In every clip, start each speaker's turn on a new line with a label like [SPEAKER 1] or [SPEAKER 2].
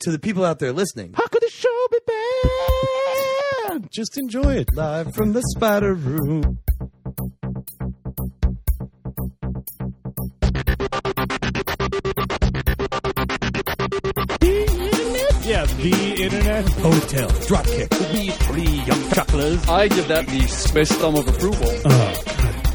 [SPEAKER 1] to the people out there listening.
[SPEAKER 2] How could the show be bad? Just enjoy it.
[SPEAKER 1] Live from the spider room.
[SPEAKER 2] Yeah, the internet.
[SPEAKER 1] Hotel. Dropkick.
[SPEAKER 3] I give that the space thumb of approval.
[SPEAKER 2] Oh, God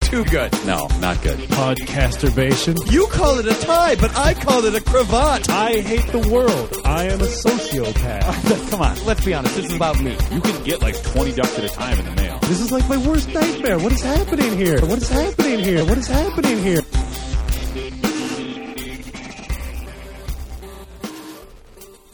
[SPEAKER 3] Too good.
[SPEAKER 2] No, not good. Podcasturbation.
[SPEAKER 1] You call it a tie, but I call it a cravat.
[SPEAKER 2] I hate the world. I am a sociopath. Come on.
[SPEAKER 1] Let's be honest, this is about me.
[SPEAKER 4] You can get like 20 ducks at a time in the mail.
[SPEAKER 2] This is like my worst nightmare. What is happening here? What is happening here? What is happening here?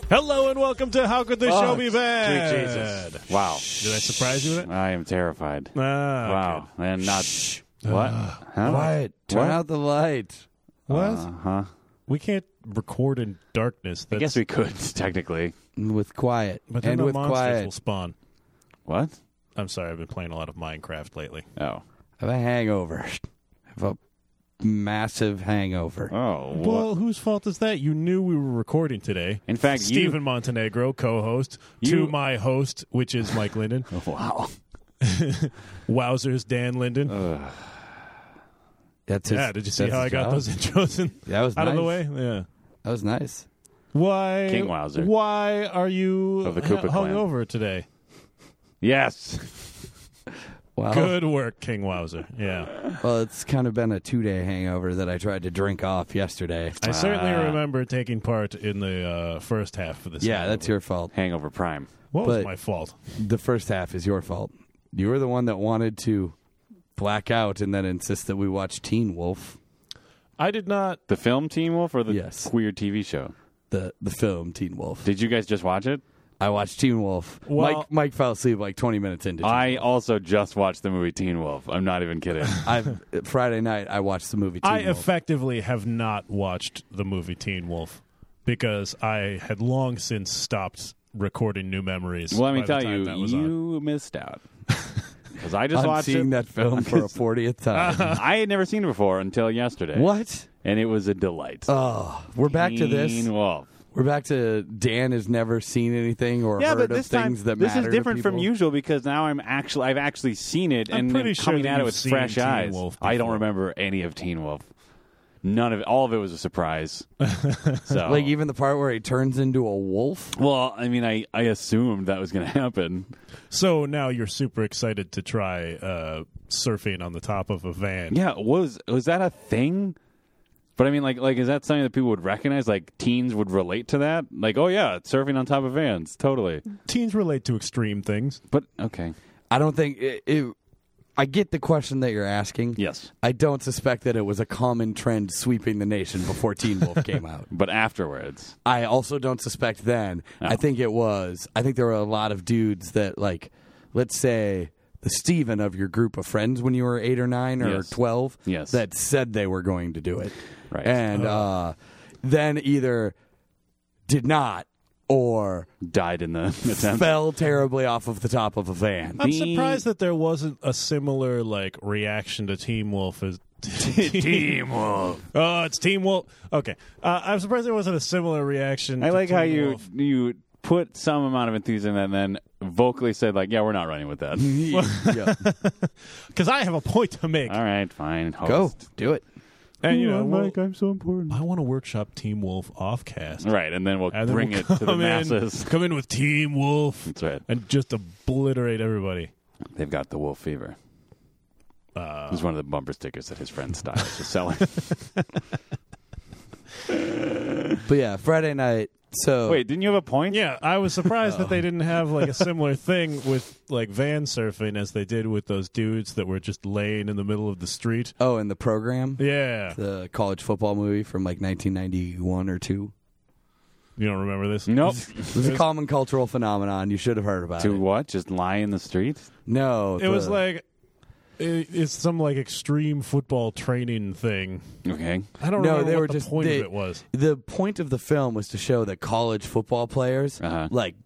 [SPEAKER 2] Hello and welcome to How Could This Show Be Bad?
[SPEAKER 4] Oh, Jesus. Wow.
[SPEAKER 2] Did I surprise you with it?
[SPEAKER 4] I am terrified.
[SPEAKER 2] Ah, okay.
[SPEAKER 4] wow. And not. What?
[SPEAKER 3] Uh,
[SPEAKER 4] Huh?
[SPEAKER 1] Quiet. Turn out the light.
[SPEAKER 2] What?
[SPEAKER 4] Huh?
[SPEAKER 2] we can't record in darkness. That's,
[SPEAKER 4] Uh-huh. I guess we could, technically.
[SPEAKER 1] With quiet.
[SPEAKER 2] But then
[SPEAKER 1] and
[SPEAKER 2] the
[SPEAKER 1] with
[SPEAKER 2] monsters
[SPEAKER 1] quiet.
[SPEAKER 2] will spawn.
[SPEAKER 4] What?
[SPEAKER 2] I'm sorry. I've been playing a lot of Minecraft lately.
[SPEAKER 4] Oh.
[SPEAKER 1] I have a hangover. I have a massive hangover.
[SPEAKER 4] Oh. What?
[SPEAKER 2] Well, whose fault is that? You knew we were recording today.
[SPEAKER 4] in fact,
[SPEAKER 2] Stephen Montenegro, co-host, to
[SPEAKER 4] You-
[SPEAKER 2] my host, which is Mike Linden.
[SPEAKER 1] Oh.
[SPEAKER 4] you. Wow.
[SPEAKER 2] Wowzers, Dan Linden.
[SPEAKER 1] That's his,
[SPEAKER 2] yeah, did you see
[SPEAKER 1] Uh, that's
[SPEAKER 2] how I
[SPEAKER 1] his
[SPEAKER 2] got
[SPEAKER 1] job.
[SPEAKER 2] those intros in,
[SPEAKER 1] That was
[SPEAKER 2] out of the way?
[SPEAKER 1] nice.
[SPEAKER 2] Yeah.
[SPEAKER 1] That was nice.
[SPEAKER 2] Why?
[SPEAKER 4] King Wowzer.
[SPEAKER 2] Why are you
[SPEAKER 4] Of the
[SPEAKER 2] hu-
[SPEAKER 4] Koopa clan.
[SPEAKER 2] hungover today?
[SPEAKER 4] Yes.
[SPEAKER 1] Wow.
[SPEAKER 2] Good work, King Wowzer. Yeah,
[SPEAKER 1] Well, it's kind of been a two day hangover that I tried to drink off yesterday.
[SPEAKER 2] I certainly
[SPEAKER 4] Ah.
[SPEAKER 2] remember taking part in the uh, first half of this.
[SPEAKER 1] Yeah,
[SPEAKER 2] hangover.
[SPEAKER 1] that's your fault.
[SPEAKER 4] Hangover Prime.
[SPEAKER 2] What was
[SPEAKER 1] but-
[SPEAKER 2] my fault?
[SPEAKER 1] The first half is your fault. You were the one that wanted to black out and then insist that we watch Teen Wolf,
[SPEAKER 2] I did not.
[SPEAKER 4] The film Teen Wolf or the
[SPEAKER 1] Yes.
[SPEAKER 4] queer TV show?
[SPEAKER 1] the the film Teen Wolf.
[SPEAKER 4] Did you guys just watch it?
[SPEAKER 1] I watched Teen Wolf.
[SPEAKER 2] Well-
[SPEAKER 1] Mike Mike fell asleep like 20 minutes into. Teen-
[SPEAKER 4] I also just watched the movie Teen Wolf. I'm not even kidding.
[SPEAKER 1] I've Friday night I watched the movie Teen
[SPEAKER 2] I
[SPEAKER 1] Wolf.
[SPEAKER 2] effectively have not watched the movie Teen Wolf because I had long since stopped recording new memories.
[SPEAKER 4] Well, let me
[SPEAKER 2] by the
[SPEAKER 4] tell
[SPEAKER 2] time
[SPEAKER 4] you,
[SPEAKER 2] that was on.
[SPEAKER 4] you missed out. Because I just
[SPEAKER 1] I'm
[SPEAKER 4] watched
[SPEAKER 1] seeing
[SPEAKER 4] it. Uh,
[SPEAKER 1] that film for a 40th time.
[SPEAKER 4] I had never seen it before until yesterday.
[SPEAKER 1] what?
[SPEAKER 4] And it was a delight.
[SPEAKER 1] Oh, we're back to this.
[SPEAKER 4] uh, Teen Wolf.
[SPEAKER 1] We're back to Dan has never seen anything or
[SPEAKER 4] Yeah,
[SPEAKER 1] heard
[SPEAKER 4] but
[SPEAKER 1] of
[SPEAKER 4] this time
[SPEAKER 1] things that
[SPEAKER 4] this
[SPEAKER 1] matter
[SPEAKER 4] is
[SPEAKER 1] to
[SPEAKER 4] different from
[SPEAKER 1] people.
[SPEAKER 4] usual because now I'm actually I've actually seen it
[SPEAKER 2] I'm
[SPEAKER 4] and
[SPEAKER 2] pretty
[SPEAKER 4] I'm
[SPEAKER 2] sure
[SPEAKER 4] coming
[SPEAKER 2] that
[SPEAKER 4] at it
[SPEAKER 2] you've
[SPEAKER 4] with
[SPEAKER 2] seen
[SPEAKER 4] fresh
[SPEAKER 2] Teen
[SPEAKER 4] eyes.
[SPEAKER 2] Wolf
[SPEAKER 4] I don't
[SPEAKER 2] before.
[SPEAKER 4] remember any of Teen Wolf. None of it. All of it was a surprise. so
[SPEAKER 1] Like even the part where he turns into a wolf.
[SPEAKER 4] well, I mean, I I assumed that was going to happen.
[SPEAKER 2] So now you're super excited to try uh, surfing on the top of a van.
[SPEAKER 4] Yeah, was was that a thing? But I mean, like, like is that something that people would recognize? Like, teens would relate to that? Like, oh yeah, surfing on top of vans, totally.
[SPEAKER 2] Teens relate to extreme things.
[SPEAKER 4] But okay,
[SPEAKER 1] I don't think it, it. I get the question that you're asking.
[SPEAKER 4] yes.
[SPEAKER 1] I don't suspect that it was a common trend sweeping the nation before Teen Wolf came out.
[SPEAKER 4] But afterwards,
[SPEAKER 1] I also don't suspect then. I think it was. I think there were a lot of dudes that like, let's say the Steven of your group of friends when you were eight or nine or
[SPEAKER 4] Yes.
[SPEAKER 1] twelve.
[SPEAKER 4] Yes.
[SPEAKER 1] That said they were going to do it.
[SPEAKER 4] Right.
[SPEAKER 1] And uh, then either did not or
[SPEAKER 4] died in the attempt.
[SPEAKER 1] fell terribly off of the top of a van.
[SPEAKER 2] I'm
[SPEAKER 4] The-
[SPEAKER 2] surprised that there wasn't a similar like reaction to Team Wolf as
[SPEAKER 4] Team Wolf.
[SPEAKER 2] Oh, it's Team Wolf. Okay, uh, I'm surprised there wasn't a similar reaction.
[SPEAKER 4] I
[SPEAKER 2] to
[SPEAKER 4] like
[SPEAKER 2] Teen
[SPEAKER 4] how you
[SPEAKER 2] Wolf.
[SPEAKER 4] you put some amount of enthusiasm and then vocally said like, "Yeah, we're not running with that."
[SPEAKER 1] Yeah.
[SPEAKER 2] because I have a point to make.
[SPEAKER 4] All right, fine.
[SPEAKER 1] Go
[SPEAKER 4] Host.
[SPEAKER 1] do it.
[SPEAKER 2] And you know, we'll-
[SPEAKER 4] I'm so important.
[SPEAKER 2] I want to workshop Team Wolf offcast.
[SPEAKER 4] Right, and then we'll
[SPEAKER 2] And then
[SPEAKER 4] bring
[SPEAKER 2] we'll
[SPEAKER 4] it to the
[SPEAKER 2] come in-
[SPEAKER 4] masses.
[SPEAKER 2] Come in with Team Wolf
[SPEAKER 4] That's right.
[SPEAKER 2] and just obliterate everybody.
[SPEAKER 4] They've got the wolf fever. Uh, it was one of the bumper stickers that his friend Styles was selling.
[SPEAKER 1] But yeah, Friday night. So
[SPEAKER 4] Wait, didn't you have a point?
[SPEAKER 2] Yeah, I was surprised that they didn't have like a similar thing with like van surfing as they did with those dudes that were just laying in the middle of the street.
[SPEAKER 1] Oh, in the program,
[SPEAKER 2] Yeah,
[SPEAKER 1] the college football movie from like 1991 or two.
[SPEAKER 2] you don't remember this?
[SPEAKER 4] Nope.
[SPEAKER 1] It was a common cultural phenomenon. You should have heard about
[SPEAKER 4] to
[SPEAKER 1] it.
[SPEAKER 4] what? Just lie in the street?
[SPEAKER 1] No,
[SPEAKER 2] It was like it, it's some like extreme football training thing.
[SPEAKER 4] Okay.
[SPEAKER 2] I don't
[SPEAKER 1] No,
[SPEAKER 2] remember
[SPEAKER 1] they
[SPEAKER 2] what
[SPEAKER 1] were
[SPEAKER 2] the
[SPEAKER 1] just
[SPEAKER 2] point
[SPEAKER 1] they-
[SPEAKER 2] of it was.
[SPEAKER 1] The point of the film was to show that college football players
[SPEAKER 4] Uh-huh.
[SPEAKER 1] like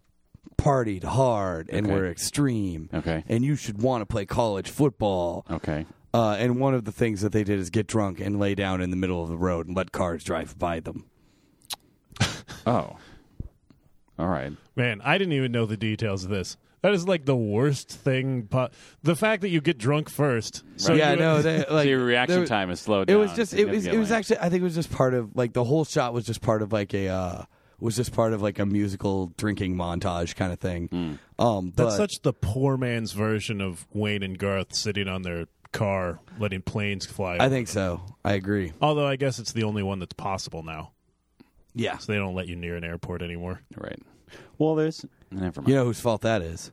[SPEAKER 1] partied hard and
[SPEAKER 4] Okay.
[SPEAKER 1] were extreme.
[SPEAKER 4] Okay.
[SPEAKER 1] And you should want to play college football.
[SPEAKER 4] Okay.
[SPEAKER 1] Uh, and one of the things that they did is get drunk and lay down in the middle of the road and let cars drive by them.
[SPEAKER 4] Oh. All right.
[SPEAKER 2] Man, I didn't even know the details of this. That is like the worst thing. po- the fact that you get drunk first. So
[SPEAKER 1] yeah,
[SPEAKER 2] you-
[SPEAKER 1] no, they, Uh, like
[SPEAKER 4] so your reaction
[SPEAKER 1] there-
[SPEAKER 4] time is slowed
[SPEAKER 1] It
[SPEAKER 4] down.
[SPEAKER 1] was just it was it was
[SPEAKER 4] significantly.
[SPEAKER 1] actually I think it was just part of like the whole shot was just part of like a uh, was just part of like a musical drinking montage kind of thing.
[SPEAKER 4] Hmm.
[SPEAKER 1] Um, but
[SPEAKER 2] That's such the poor man's version of Wayne and Garth sitting on their car letting planes fly.
[SPEAKER 1] I think so. I agree.
[SPEAKER 2] Although I guess it's the only one that's possible now.
[SPEAKER 1] Yeah.
[SPEAKER 2] So they don't let you near an airport anymore.
[SPEAKER 4] right. Well, there's never mind.
[SPEAKER 1] You know whose fault that is?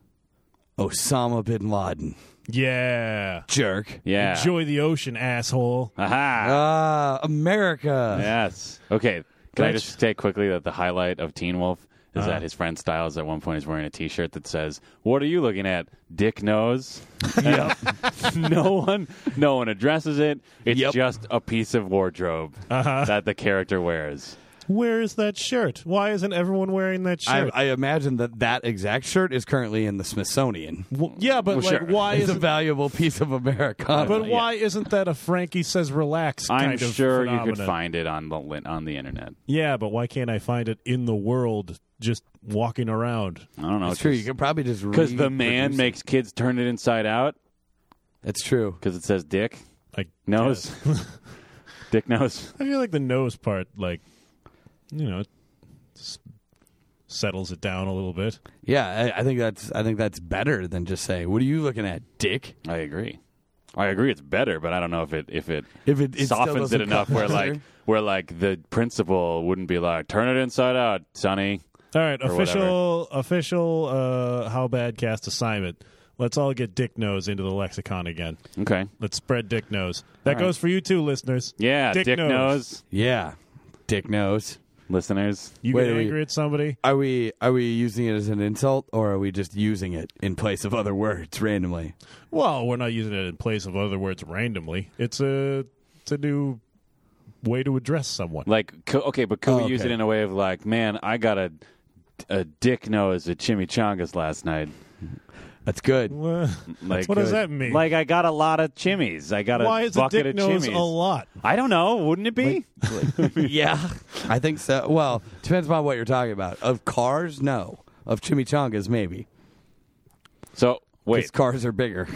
[SPEAKER 1] Osama bin Laden.
[SPEAKER 2] Yeah.
[SPEAKER 1] Jerk.
[SPEAKER 4] yeah.
[SPEAKER 2] Enjoy the ocean, asshole.
[SPEAKER 4] Aha.
[SPEAKER 1] Ah, America.
[SPEAKER 4] yes. Okay. Can I
[SPEAKER 2] That's-
[SPEAKER 4] just say quickly that the highlight of Teen Wolf is
[SPEAKER 1] Uh-huh.
[SPEAKER 4] that his friend Styles at one point is wearing a T-shirt that says, "What are you looking at, Dick Nose?" Yep. no one, no one addresses it. It's
[SPEAKER 1] Yep. Uh-huh.
[SPEAKER 4] just a piece of wardrobe that the character wears.
[SPEAKER 2] Where is that shirt? Why isn't everyone wearing that
[SPEAKER 1] I,
[SPEAKER 2] shirt?
[SPEAKER 1] I imagine that that exact shirt is currently in the Smithsonian.
[SPEAKER 2] Well, yeah, but
[SPEAKER 4] Well,
[SPEAKER 2] like,
[SPEAKER 4] sure.
[SPEAKER 2] why
[SPEAKER 1] It's a
[SPEAKER 2] isn't
[SPEAKER 1] valuable piece of Americana.
[SPEAKER 2] but
[SPEAKER 4] yeah.
[SPEAKER 2] why isn't that a Frankie says relax kind
[SPEAKER 4] I'm
[SPEAKER 2] of
[SPEAKER 4] sure you
[SPEAKER 2] phenomenon?
[SPEAKER 4] could find it on the lin- on the internet.
[SPEAKER 2] Yeah, but why can't I find it in the world just walking around?
[SPEAKER 4] I don't know.
[SPEAKER 1] it's true. You could probably just
[SPEAKER 4] because the man
[SPEAKER 1] reproduce it.
[SPEAKER 4] makes kids turn it inside out
[SPEAKER 1] It's true.
[SPEAKER 4] because it says Dick
[SPEAKER 2] I
[SPEAKER 4] Nose. dick Nose.
[SPEAKER 2] I feel like the nose part, like, you know, it s- settles it down a little bit.
[SPEAKER 1] Yeah, I, I think that's I think that's better than just saying, "What are you looking at, Dick?"
[SPEAKER 4] I agree. I agree. It's better, but I don't know if it if it
[SPEAKER 1] If it- it still
[SPEAKER 4] softens it
[SPEAKER 1] doesn't
[SPEAKER 4] enough
[SPEAKER 1] cut
[SPEAKER 4] where
[SPEAKER 1] through.
[SPEAKER 4] like where like the principal wouldn't be like turn it inside out, Sonny.
[SPEAKER 2] All right,
[SPEAKER 4] Or
[SPEAKER 2] official, official, uh, how bad cast assignment. Let's all get dick nose into the lexicon again.
[SPEAKER 4] Okay.
[SPEAKER 2] Let's spread dick nose. That
[SPEAKER 4] right.
[SPEAKER 2] goes for you too, listeners.
[SPEAKER 4] Yeah, Dick, nose.
[SPEAKER 1] Yeah, Dick knows.
[SPEAKER 4] Listeners,
[SPEAKER 2] You
[SPEAKER 1] Wait,
[SPEAKER 2] get
[SPEAKER 1] are we-
[SPEAKER 2] angry at somebody.
[SPEAKER 1] Are we are we using it as an insult, or are we just using it in place of other words randomly?
[SPEAKER 2] Well, we're not using it in place of other words randomly. It's a, it's a new way to address someone.
[SPEAKER 4] like co- okay, but could
[SPEAKER 1] Oh,
[SPEAKER 4] we use it
[SPEAKER 1] okay.
[SPEAKER 4] in a way of like, man, I got a a dick nose at chimichangas last night.
[SPEAKER 1] That's good.
[SPEAKER 2] Wha-
[SPEAKER 4] Like
[SPEAKER 2] What does that mean?
[SPEAKER 4] Like I got a lot of chimmies. I got a
[SPEAKER 2] Why is a
[SPEAKER 4] bucket
[SPEAKER 2] dick
[SPEAKER 4] of
[SPEAKER 2] nose
[SPEAKER 4] chimmies.
[SPEAKER 2] a lot?
[SPEAKER 4] I don't know. Wouldn't it be?
[SPEAKER 1] yeah, I think so. Well, depends upon what you're talking about. Of cars, no. Of chimichangas, maybe.
[SPEAKER 4] so
[SPEAKER 1] Because
[SPEAKER 4] wait,
[SPEAKER 1] cars are bigger.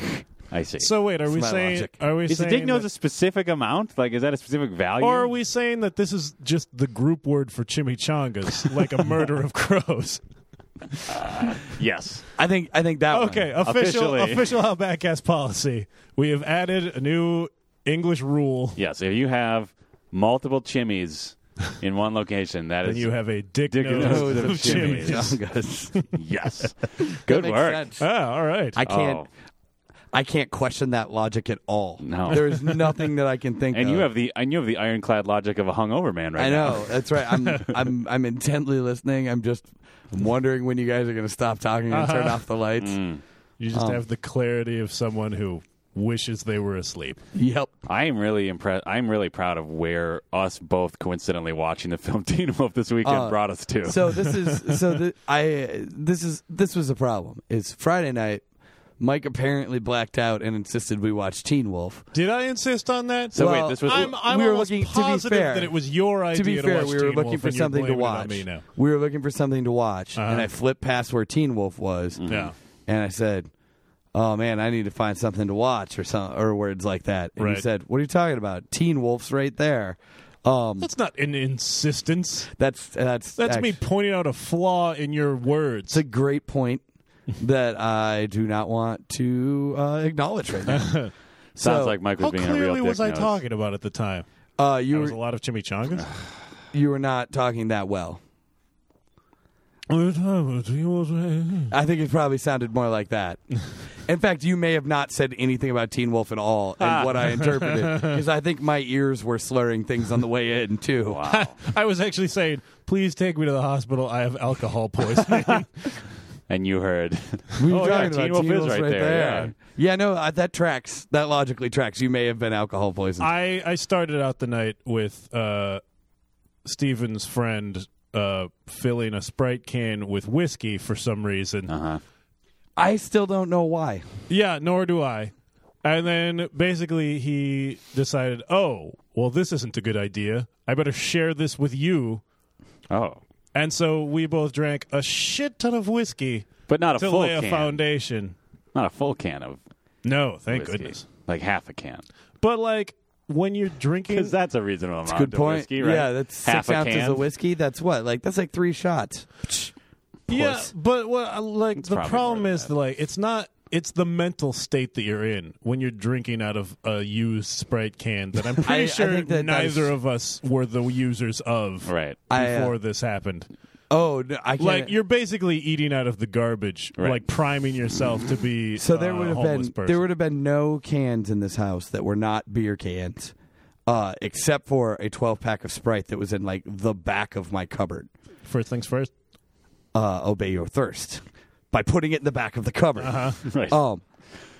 [SPEAKER 4] I see.
[SPEAKER 2] So wait, are we
[SPEAKER 1] my
[SPEAKER 2] saying
[SPEAKER 1] logic.
[SPEAKER 2] are we
[SPEAKER 4] is a
[SPEAKER 2] saying
[SPEAKER 4] dick nose
[SPEAKER 2] that-
[SPEAKER 4] a specific amount? Like, is that a specific value?
[SPEAKER 2] Or are we saying that this is just the group word for chimichangas, like a murder of crows?
[SPEAKER 4] yes.
[SPEAKER 1] I think. I think that. one.
[SPEAKER 2] Okay, official
[SPEAKER 4] Uh, Officially.
[SPEAKER 2] official how backcast policy. We have added a new English rule,
[SPEAKER 4] Yes. If you have multiple chimneys in one location, that
[SPEAKER 2] and
[SPEAKER 4] is
[SPEAKER 2] you have a dick,
[SPEAKER 4] Dick
[SPEAKER 2] nose,
[SPEAKER 4] nose
[SPEAKER 2] of
[SPEAKER 4] of chimneys.
[SPEAKER 2] chimneys.
[SPEAKER 1] Chimichangas.
[SPEAKER 4] yes.
[SPEAKER 1] That
[SPEAKER 4] Good
[SPEAKER 1] makes
[SPEAKER 4] work.
[SPEAKER 1] sense.
[SPEAKER 2] Ah, all right.
[SPEAKER 1] I can't.
[SPEAKER 4] Oh.
[SPEAKER 1] I can't question that logic at all.
[SPEAKER 4] No.
[SPEAKER 1] there is nothing that I can think.
[SPEAKER 4] And
[SPEAKER 1] of.
[SPEAKER 4] you have the and you have the ironclad logic of a hungover man right
[SPEAKER 1] I
[SPEAKER 4] now.
[SPEAKER 1] know that's right. I'm I'm I'm intently listening. I'm just I'm wondering when you guys are going to stop talking and turn
[SPEAKER 4] Uh-huh.
[SPEAKER 1] off the lights.
[SPEAKER 4] Mm.
[SPEAKER 2] you
[SPEAKER 4] um,
[SPEAKER 2] just have the clarity of someone who wishes they were asleep.
[SPEAKER 1] Yep.
[SPEAKER 4] I am really impressed. I'm really proud of where us both coincidentally watching the film Teen Wolf this weekend
[SPEAKER 1] Uh,
[SPEAKER 4] brought us to.
[SPEAKER 1] So this is so th- I this is this was a problem. It's Friday night. Mike apparently blacked out and insisted we watch Teen Wolf.
[SPEAKER 2] Did I insist on that?
[SPEAKER 4] So wait, this was-
[SPEAKER 2] I'm, I'm
[SPEAKER 1] We were
[SPEAKER 2] almost
[SPEAKER 1] looking- to be
[SPEAKER 2] positive
[SPEAKER 1] fair-
[SPEAKER 2] that it was your idea
[SPEAKER 1] to be fair,
[SPEAKER 2] watch
[SPEAKER 1] we were
[SPEAKER 2] Teen
[SPEAKER 1] looking
[SPEAKER 2] Wolf,
[SPEAKER 1] for
[SPEAKER 2] and you're
[SPEAKER 1] something to
[SPEAKER 2] blaming it on
[SPEAKER 1] watch.
[SPEAKER 2] Me now.
[SPEAKER 1] We were looking for something to watch, and
[SPEAKER 2] Uh-huh. Mm-hmm.
[SPEAKER 1] I flipped past where Teen Wolf was,
[SPEAKER 2] Yeah.
[SPEAKER 1] and I said, "Oh man, I need to find something to watch," or some or words like that. And
[SPEAKER 2] Right.
[SPEAKER 1] you said, "What are you talking about? Teen Wolf's right there." Um,
[SPEAKER 2] That's not an insistence.
[SPEAKER 1] that's that's
[SPEAKER 2] That's me
[SPEAKER 1] act-
[SPEAKER 2] pointing out a flaw in your
[SPEAKER 1] It's
[SPEAKER 2] words.
[SPEAKER 1] a great point that I do not want to uh, acknowledge right now.
[SPEAKER 4] Sounds
[SPEAKER 1] so,
[SPEAKER 4] like Mike was
[SPEAKER 2] How
[SPEAKER 4] being a real
[SPEAKER 2] clearly
[SPEAKER 4] dick
[SPEAKER 2] was I
[SPEAKER 4] nose.
[SPEAKER 2] talking about at the time?
[SPEAKER 1] uh,
[SPEAKER 2] There
[SPEAKER 1] you
[SPEAKER 2] was a
[SPEAKER 1] were
[SPEAKER 2] lot of chimichangas.
[SPEAKER 1] you were not talking that well.
[SPEAKER 2] I
[SPEAKER 1] I think it probably sounded more like that. In fact, you may have not said anything about Teen Wolf at all,
[SPEAKER 4] Ah.
[SPEAKER 1] and what I interpreted because I think my ears were slurring things on the way in too.
[SPEAKER 4] Wow.
[SPEAKER 2] was actually saying, "Please take me to the hospital. I have alcohol poisoning."
[SPEAKER 4] and you heard.
[SPEAKER 1] We were
[SPEAKER 4] oh, yeah,
[SPEAKER 1] talking
[SPEAKER 4] Teen
[SPEAKER 1] about
[SPEAKER 4] Wolf
[SPEAKER 1] Teen
[SPEAKER 4] is
[SPEAKER 1] Wolf's
[SPEAKER 4] right, there. yeah.
[SPEAKER 1] Yeah, no, uh, that tracks. That logically tracks. You may have been alcohol
[SPEAKER 4] Ah.
[SPEAKER 1] poisoned.
[SPEAKER 2] I, I started out the night with uh, Steven's friend uh, filling a Sprite can with whiskey for some reason.
[SPEAKER 4] Uh-huh.
[SPEAKER 1] I, still don't know why.
[SPEAKER 2] Yeah, nor do I. And then basically he decided, oh, well, this isn't a good idea. I better share this with you.
[SPEAKER 4] Oh,
[SPEAKER 2] And so we both drank a shit ton of whiskey
[SPEAKER 4] but not a
[SPEAKER 2] to
[SPEAKER 4] full
[SPEAKER 2] lay a
[SPEAKER 4] can.
[SPEAKER 2] foundation.
[SPEAKER 4] Not a full can of
[SPEAKER 2] No, thank
[SPEAKER 4] whiskey.
[SPEAKER 2] goodness.
[SPEAKER 4] Like half a can,
[SPEAKER 2] But like when you're drinking,
[SPEAKER 4] because that's a reasonable amount.
[SPEAKER 1] Good
[SPEAKER 4] of
[SPEAKER 1] point.
[SPEAKER 4] Ah, Whiskey, right?
[SPEAKER 1] Yeah, that's six
[SPEAKER 4] half a
[SPEAKER 1] ounces
[SPEAKER 4] can.
[SPEAKER 1] of whiskey. That's what? Like that's like three shots.
[SPEAKER 2] yeah,
[SPEAKER 1] course.
[SPEAKER 2] but what I- like
[SPEAKER 4] It's
[SPEAKER 2] the
[SPEAKER 4] probably
[SPEAKER 2] problem
[SPEAKER 4] more than
[SPEAKER 2] is like it's not. It's the mental state that you're in when you're drinking out of a used Sprite can that I'm pretty
[SPEAKER 1] I
[SPEAKER 2] sure
[SPEAKER 1] think that that
[SPEAKER 2] neither
[SPEAKER 1] is-
[SPEAKER 2] of us were the users of
[SPEAKER 4] Right.
[SPEAKER 1] I, uh,
[SPEAKER 2] before this happened.
[SPEAKER 1] Oh, no, I can't.
[SPEAKER 2] like you're basically eating out of the garbage,
[SPEAKER 4] Right.
[SPEAKER 2] like priming yourself to be.
[SPEAKER 1] So there
[SPEAKER 2] uh,
[SPEAKER 1] would
[SPEAKER 2] a
[SPEAKER 1] have
[SPEAKER 2] homeless
[SPEAKER 1] been
[SPEAKER 2] person.
[SPEAKER 1] there would have been no cans in this house that were not beer cans, uh, except for a twelve pack of Sprite that was in like the back of my cupboard.
[SPEAKER 2] first things first.
[SPEAKER 1] Uh, obey your thirst by putting it in the back of the cupboard.
[SPEAKER 2] Uh-huh.
[SPEAKER 4] Right.
[SPEAKER 1] Um,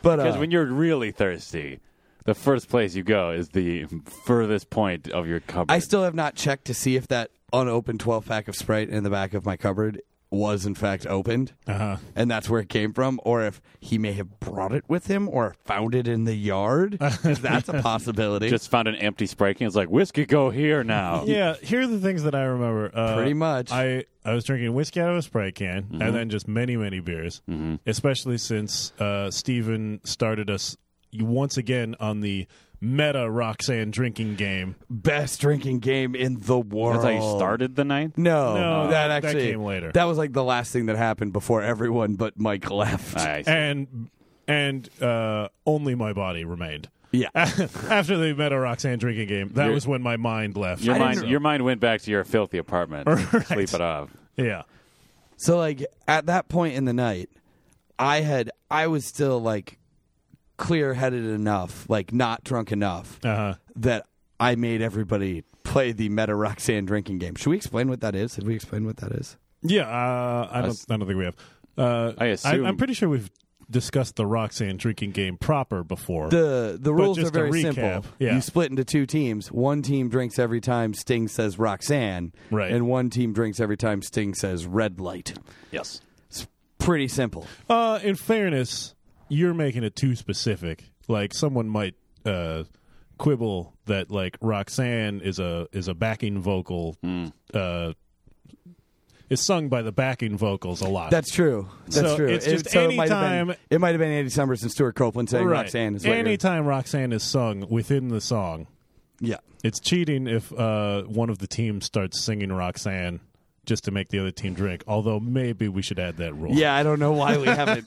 [SPEAKER 1] but
[SPEAKER 4] Because
[SPEAKER 1] uh,
[SPEAKER 4] when you're really thirsty, the first place you go is the furthest point of your cupboard.
[SPEAKER 1] I still have not checked to see if that unopened twelve pack of Sprite in the back of my cupboard was in fact opened,
[SPEAKER 2] Uh-huh.
[SPEAKER 1] and that's where it came from, or if he may have brought it with him or found it in the yard. 'cause that's a possibility.
[SPEAKER 4] just found an empty Sprite can. It's like whiskey, go here now.
[SPEAKER 2] Yeah, here are the things that I remember. Uh,
[SPEAKER 1] Pretty much.
[SPEAKER 2] I, I was drinking whiskey out of a Sprite can and then just many, many beers, especially since uh, Steven started us once again on the meta Roxanne drinking game.
[SPEAKER 1] best drinking game in the world.
[SPEAKER 4] That's how you started the night.
[SPEAKER 1] No,
[SPEAKER 2] No,
[SPEAKER 1] that
[SPEAKER 2] that
[SPEAKER 1] actually
[SPEAKER 2] came later.
[SPEAKER 1] That was like the last thing that happened before everyone but Mike left.
[SPEAKER 4] I see.
[SPEAKER 2] And and uh, only my body remained.
[SPEAKER 1] Yeah,
[SPEAKER 2] After the meta Roxanne drinking game, that was when my mind left.
[SPEAKER 4] Your
[SPEAKER 1] I
[SPEAKER 4] mind,
[SPEAKER 1] didn't-
[SPEAKER 4] your mind went back to your filthy apartment.
[SPEAKER 2] Right.
[SPEAKER 4] Sleep it off.
[SPEAKER 2] yeah.
[SPEAKER 1] So like at that point in the night, I had I was still like clear headed enough, like not drunk enough
[SPEAKER 2] Uh-huh.
[SPEAKER 1] that I made everybody play the Meta Roxanne drinking game. Should we explain what that is? Did we explain what that is?
[SPEAKER 2] Yeah, uh, I, don't,
[SPEAKER 4] s-
[SPEAKER 2] I don't think we have. Uh,
[SPEAKER 4] I assume-
[SPEAKER 2] I, am pretty sure we've discussed the Roxanne drinking game proper before.
[SPEAKER 1] The the rules are
[SPEAKER 2] just a
[SPEAKER 1] very
[SPEAKER 2] recap,
[SPEAKER 1] simple.
[SPEAKER 2] yeah.
[SPEAKER 1] You split into two teams. One team drinks every time Sting says Roxanne,
[SPEAKER 2] Right.
[SPEAKER 1] and one team drinks every time Sting says red light.
[SPEAKER 4] Yes.
[SPEAKER 1] Pretty simple.
[SPEAKER 2] uh, in fairness, you're making it too specific. Like someone might uh, quibble that like Roxanne is a is a backing vocal.
[SPEAKER 1] Mm.
[SPEAKER 2] Uh, is sung by the backing vocals a lot.
[SPEAKER 1] That's true. That's
[SPEAKER 2] So
[SPEAKER 1] true.
[SPEAKER 2] it's just
[SPEAKER 1] so it might have been-
[SPEAKER 2] anytime-
[SPEAKER 1] it might have been Andy Summers and Stuart Copeland saying
[SPEAKER 2] right.
[SPEAKER 1] Roxanne is what you're-
[SPEAKER 2] Anytime Roxanne is sung within the song,
[SPEAKER 1] Yeah.
[SPEAKER 2] It's cheating if uh, one of the teams starts singing Roxanne just to make the other team drink. Although maybe we should add that rule.
[SPEAKER 1] Yeah, I don't know why we haven't.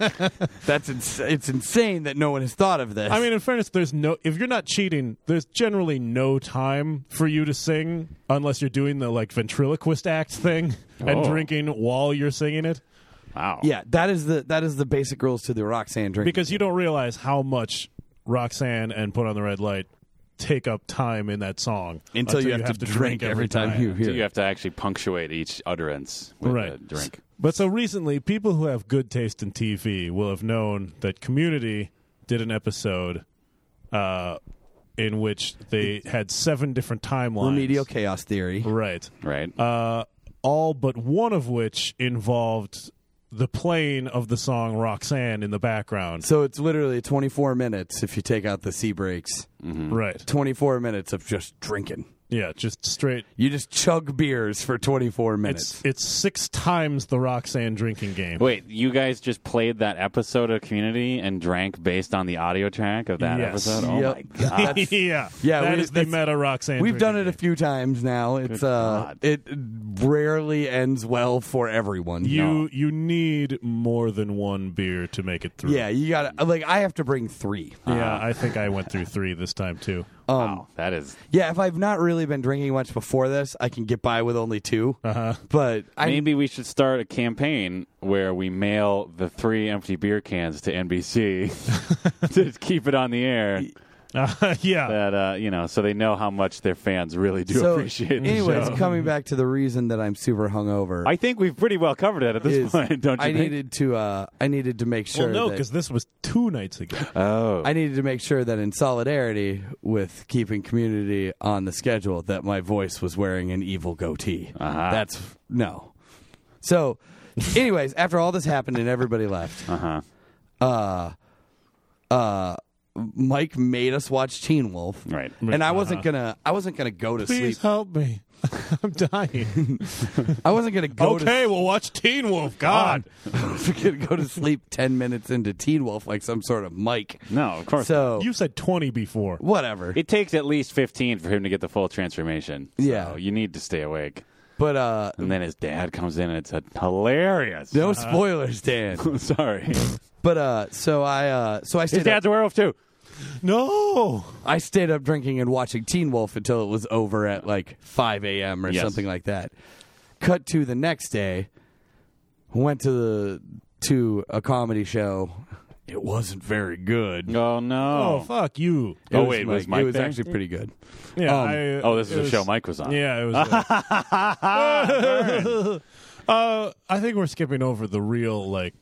[SPEAKER 1] That's ins- it's insane that no one has thought of this.
[SPEAKER 2] I mean, in fairness, there's no if you're not cheating, there's generally no time for you to sing unless you're doing the like ventriloquist act thing and
[SPEAKER 4] Oh.
[SPEAKER 2] drinking while you're singing it
[SPEAKER 4] Wow.
[SPEAKER 1] yeah, that is the that is the basic rules to the Roxanne drink.
[SPEAKER 2] because you don't realize how much Roxanne and Put on the Red Light take up time in that song
[SPEAKER 1] until, you, have, to, drink, every time, you hear.
[SPEAKER 4] So
[SPEAKER 1] it.
[SPEAKER 4] you have to actually punctuate each utterance
[SPEAKER 1] uh,
[SPEAKER 4] with a
[SPEAKER 2] right.
[SPEAKER 4] drink.
[SPEAKER 2] But so recently, people who have good taste in TV will have known that Community did an episode uh, in which they had seven different timelines.
[SPEAKER 1] Remedial chaos theory.
[SPEAKER 2] Right.
[SPEAKER 4] Right.
[SPEAKER 2] Uh, all but one of which involved the playing of the song Roxanne in the background.
[SPEAKER 1] So it's literally 24 minutes if you take out the sea breaks.
[SPEAKER 2] Right.
[SPEAKER 1] 24 minutes of just drinking.
[SPEAKER 2] Yeah, just straight.
[SPEAKER 1] You just chug beers for 24 minutes.
[SPEAKER 2] It's it's six times the Roxanne drinking game.
[SPEAKER 4] Wait, you guys just played that episode of Community and drank based on the audio track of that
[SPEAKER 2] Yes.
[SPEAKER 4] episode? Oh
[SPEAKER 1] Yep.
[SPEAKER 4] my god.
[SPEAKER 1] That's-
[SPEAKER 2] yeah,
[SPEAKER 1] Yeah,
[SPEAKER 2] that
[SPEAKER 1] we-
[SPEAKER 2] is the
[SPEAKER 1] that's-
[SPEAKER 2] meta Roxanne.
[SPEAKER 1] We've done
[SPEAKER 2] drinking
[SPEAKER 1] it a
[SPEAKER 2] game.
[SPEAKER 1] few times now. It's uh,
[SPEAKER 4] God.
[SPEAKER 1] it rarely ends well for everyone.
[SPEAKER 2] You you need more than one beer to make it through.
[SPEAKER 1] yeah, you got to like I have to bring three.
[SPEAKER 2] Yeah, I think I went through three this time too.
[SPEAKER 1] Um,
[SPEAKER 4] wow. That is
[SPEAKER 1] Yeah, if I've not really been drinking much before this, I can get by with only 2 But I
[SPEAKER 4] Uh-huh. Maybe we should start a campaign where we mail the three empty beer cans to NBC to keep it on the air.
[SPEAKER 2] Uh, yeah.
[SPEAKER 4] that uh, you know, so they know how much their fans really do
[SPEAKER 1] so,
[SPEAKER 4] appreciate. the
[SPEAKER 1] anyways,
[SPEAKER 4] show.
[SPEAKER 1] coming back to the reason that I'm super hungover.
[SPEAKER 4] I think we've pretty well covered it at this
[SPEAKER 1] is
[SPEAKER 4] point, don't you
[SPEAKER 1] I
[SPEAKER 4] think?
[SPEAKER 1] needed to uh, I needed to make sure
[SPEAKER 2] Well, no,
[SPEAKER 1] that-
[SPEAKER 2] because this was two nights ago.
[SPEAKER 4] oh,
[SPEAKER 1] I needed to make sure that in solidarity with keeping community on the schedule that my voice was wearing an evil goatee.
[SPEAKER 4] Uh-huh.
[SPEAKER 1] That's no. So anyways, after all this happened and everybody left,
[SPEAKER 4] uh huh.
[SPEAKER 1] uh uh Mike made us watch Teen Wolf.
[SPEAKER 4] Right.
[SPEAKER 1] And I wasn't gonna I wasn't gonna go to
[SPEAKER 2] Please
[SPEAKER 1] sleep.
[SPEAKER 2] help me. I'm dying.
[SPEAKER 1] I wasn't gonna go to
[SPEAKER 2] okay, we'll watch Teen Wolf. God.
[SPEAKER 1] I wasn't gonna go to sleep ten minutes into Teen Wolf like some sort of Mike.
[SPEAKER 4] No, of course. not.
[SPEAKER 1] So
[SPEAKER 2] You said 20 before.
[SPEAKER 1] whatever.
[SPEAKER 4] it takes at least fifteen for him to get the full transformation. So
[SPEAKER 1] Yeah.
[SPEAKER 4] you need to stay awake.
[SPEAKER 1] But uh
[SPEAKER 4] And then his dad comes in, and it's a hilarious.
[SPEAKER 1] no spoilers, Dan.
[SPEAKER 4] Sorry,
[SPEAKER 1] But uh, so I uh, so I
[SPEAKER 4] his
[SPEAKER 1] stayed up,
[SPEAKER 4] dad's a werewolf too.
[SPEAKER 2] No.
[SPEAKER 1] I stayed up drinking and watching Teen Wolf until it was over at like five a.m. or
[SPEAKER 4] Yes.
[SPEAKER 1] something like that. Cut to the next day. Went to the to a comedy show. It wasn't very good.
[SPEAKER 4] Oh
[SPEAKER 2] Oh,
[SPEAKER 4] no!
[SPEAKER 2] fuck you.
[SPEAKER 4] Oh, wait, was Mike
[SPEAKER 1] it was
[SPEAKER 4] there?
[SPEAKER 1] actually pretty good.
[SPEAKER 2] Yeah.
[SPEAKER 1] Um,
[SPEAKER 2] I,
[SPEAKER 4] oh, this is
[SPEAKER 2] it
[SPEAKER 4] a
[SPEAKER 2] was-
[SPEAKER 4] show Mike was on.
[SPEAKER 2] Yeah, it was. uh, uh, I think we're skipping over the real like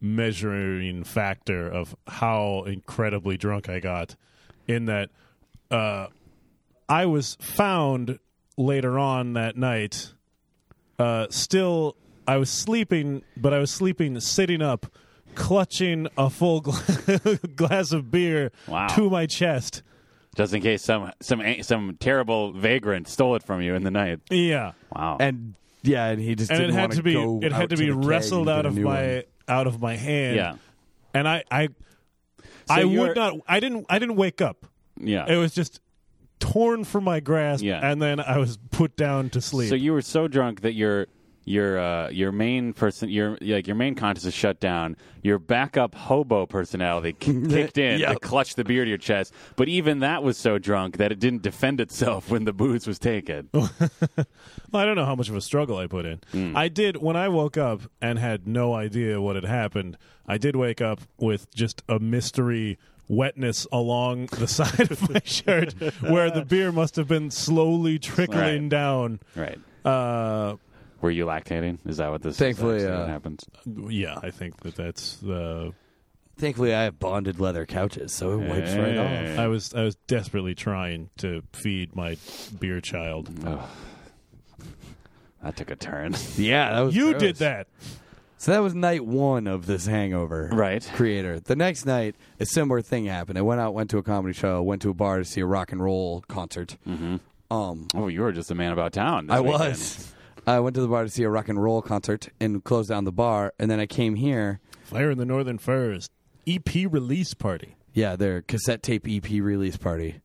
[SPEAKER 2] measuring factor of how incredibly drunk I got. In that, uh, I was found later on that night. Uh, still, I was sleeping, but I was sleeping sitting up, clutching a full gla- glass of beer
[SPEAKER 4] Wow.
[SPEAKER 2] to my chest.
[SPEAKER 4] Just in case some some some terrible vagrant stole it from you in the night.
[SPEAKER 2] Yeah.
[SPEAKER 4] Wow.
[SPEAKER 1] And yeah, and he just
[SPEAKER 2] and
[SPEAKER 1] didn't
[SPEAKER 2] it had
[SPEAKER 1] wanna
[SPEAKER 2] to be
[SPEAKER 1] go
[SPEAKER 2] it
[SPEAKER 1] out
[SPEAKER 2] had to be
[SPEAKER 1] the keg
[SPEAKER 2] wrestled
[SPEAKER 1] and get
[SPEAKER 2] out
[SPEAKER 1] a
[SPEAKER 2] of
[SPEAKER 1] new
[SPEAKER 2] my
[SPEAKER 1] one.
[SPEAKER 2] out of my hand.
[SPEAKER 4] Yeah.
[SPEAKER 2] and I I I
[SPEAKER 4] you're-
[SPEAKER 2] would not. I didn't. I didn't wake up.
[SPEAKER 4] yeah.
[SPEAKER 2] It was just torn from my grasp,
[SPEAKER 4] Yeah.
[SPEAKER 2] and then I was put down to sleep.
[SPEAKER 4] So you were so drunk that your your uh, your main person your like your main contest is shut down. Your backup hobo personality ki- kicked in
[SPEAKER 1] Yep.
[SPEAKER 4] to clutch the beer to your chest. But even that was so drunk that it didn't defend itself when the booze was taken.
[SPEAKER 2] I don't know how much of a struggle I put in.
[SPEAKER 1] Mm.
[SPEAKER 2] I did when I woke up and had no idea what had happened. I did wake up with just a mystery wetness along the side of my shirt where the beer must have been slowly trickling
[SPEAKER 4] Right.
[SPEAKER 2] down.
[SPEAKER 4] Right.
[SPEAKER 2] Uh,
[SPEAKER 4] Were you lactating? Is that what this?
[SPEAKER 1] Thankfully,
[SPEAKER 4] is actually
[SPEAKER 1] uh,
[SPEAKER 4] what happens.
[SPEAKER 2] Yeah, I think that that's the.
[SPEAKER 1] Thankfully, I have bonded leather couches, so it wipes right off.
[SPEAKER 4] Hey.
[SPEAKER 2] I was I was desperately trying to feed my beer child.
[SPEAKER 4] That took a turn.
[SPEAKER 1] Yeah, that was
[SPEAKER 2] You
[SPEAKER 1] gross.
[SPEAKER 2] did that.
[SPEAKER 1] So that was night one of this hangover.
[SPEAKER 4] Right.
[SPEAKER 1] Creator. The next night, a similar thing happened. I went out, went to a comedy show, went to a bar to see a rock and roll concert. Mm-hmm. Um,
[SPEAKER 4] Oh, you were just a man about town. this
[SPEAKER 1] I
[SPEAKER 4] weekend.
[SPEAKER 1] was. I went to the bar to see a rock and roll concert and closed down the bar. And then I came here.
[SPEAKER 2] Fire in the Northern Furs EP release party.
[SPEAKER 1] Yeah, their cassette tape EP release party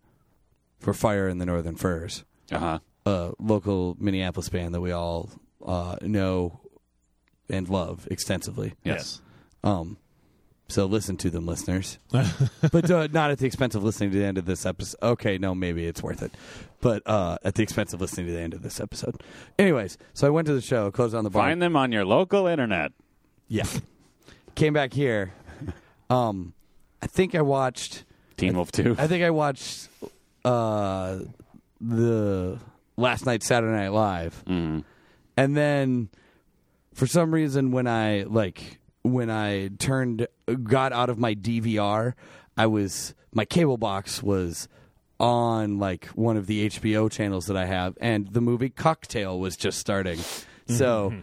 [SPEAKER 1] for Fire in the Northern Furs,
[SPEAKER 4] Uh-huh.
[SPEAKER 1] a local Minneapolis band that we all uh, know and love extensively.
[SPEAKER 4] Yes.
[SPEAKER 1] Um, so listen to them, listeners, but uh, not at the expense of listening to the end of this episode. Okay, no, maybe it's worth it, but uh, at the expense of listening to the end of this episode. Anyways, so I went to the show, closed on the bar.
[SPEAKER 4] Find them on your local internet.
[SPEAKER 1] yeah, came back here. Um, I think I watched.
[SPEAKER 4] Teen Wolf Two.
[SPEAKER 1] I think I watched uh, the last night Saturday Night Live,
[SPEAKER 2] Mm-hmm.
[SPEAKER 4] Mm.
[SPEAKER 1] and then for some reason when I like when I turned got out of my DVR, I was my cable box was on like one of the HBO channels that I have and the movie Cocktail was just starting.
[SPEAKER 2] Mm-hmm.
[SPEAKER 1] So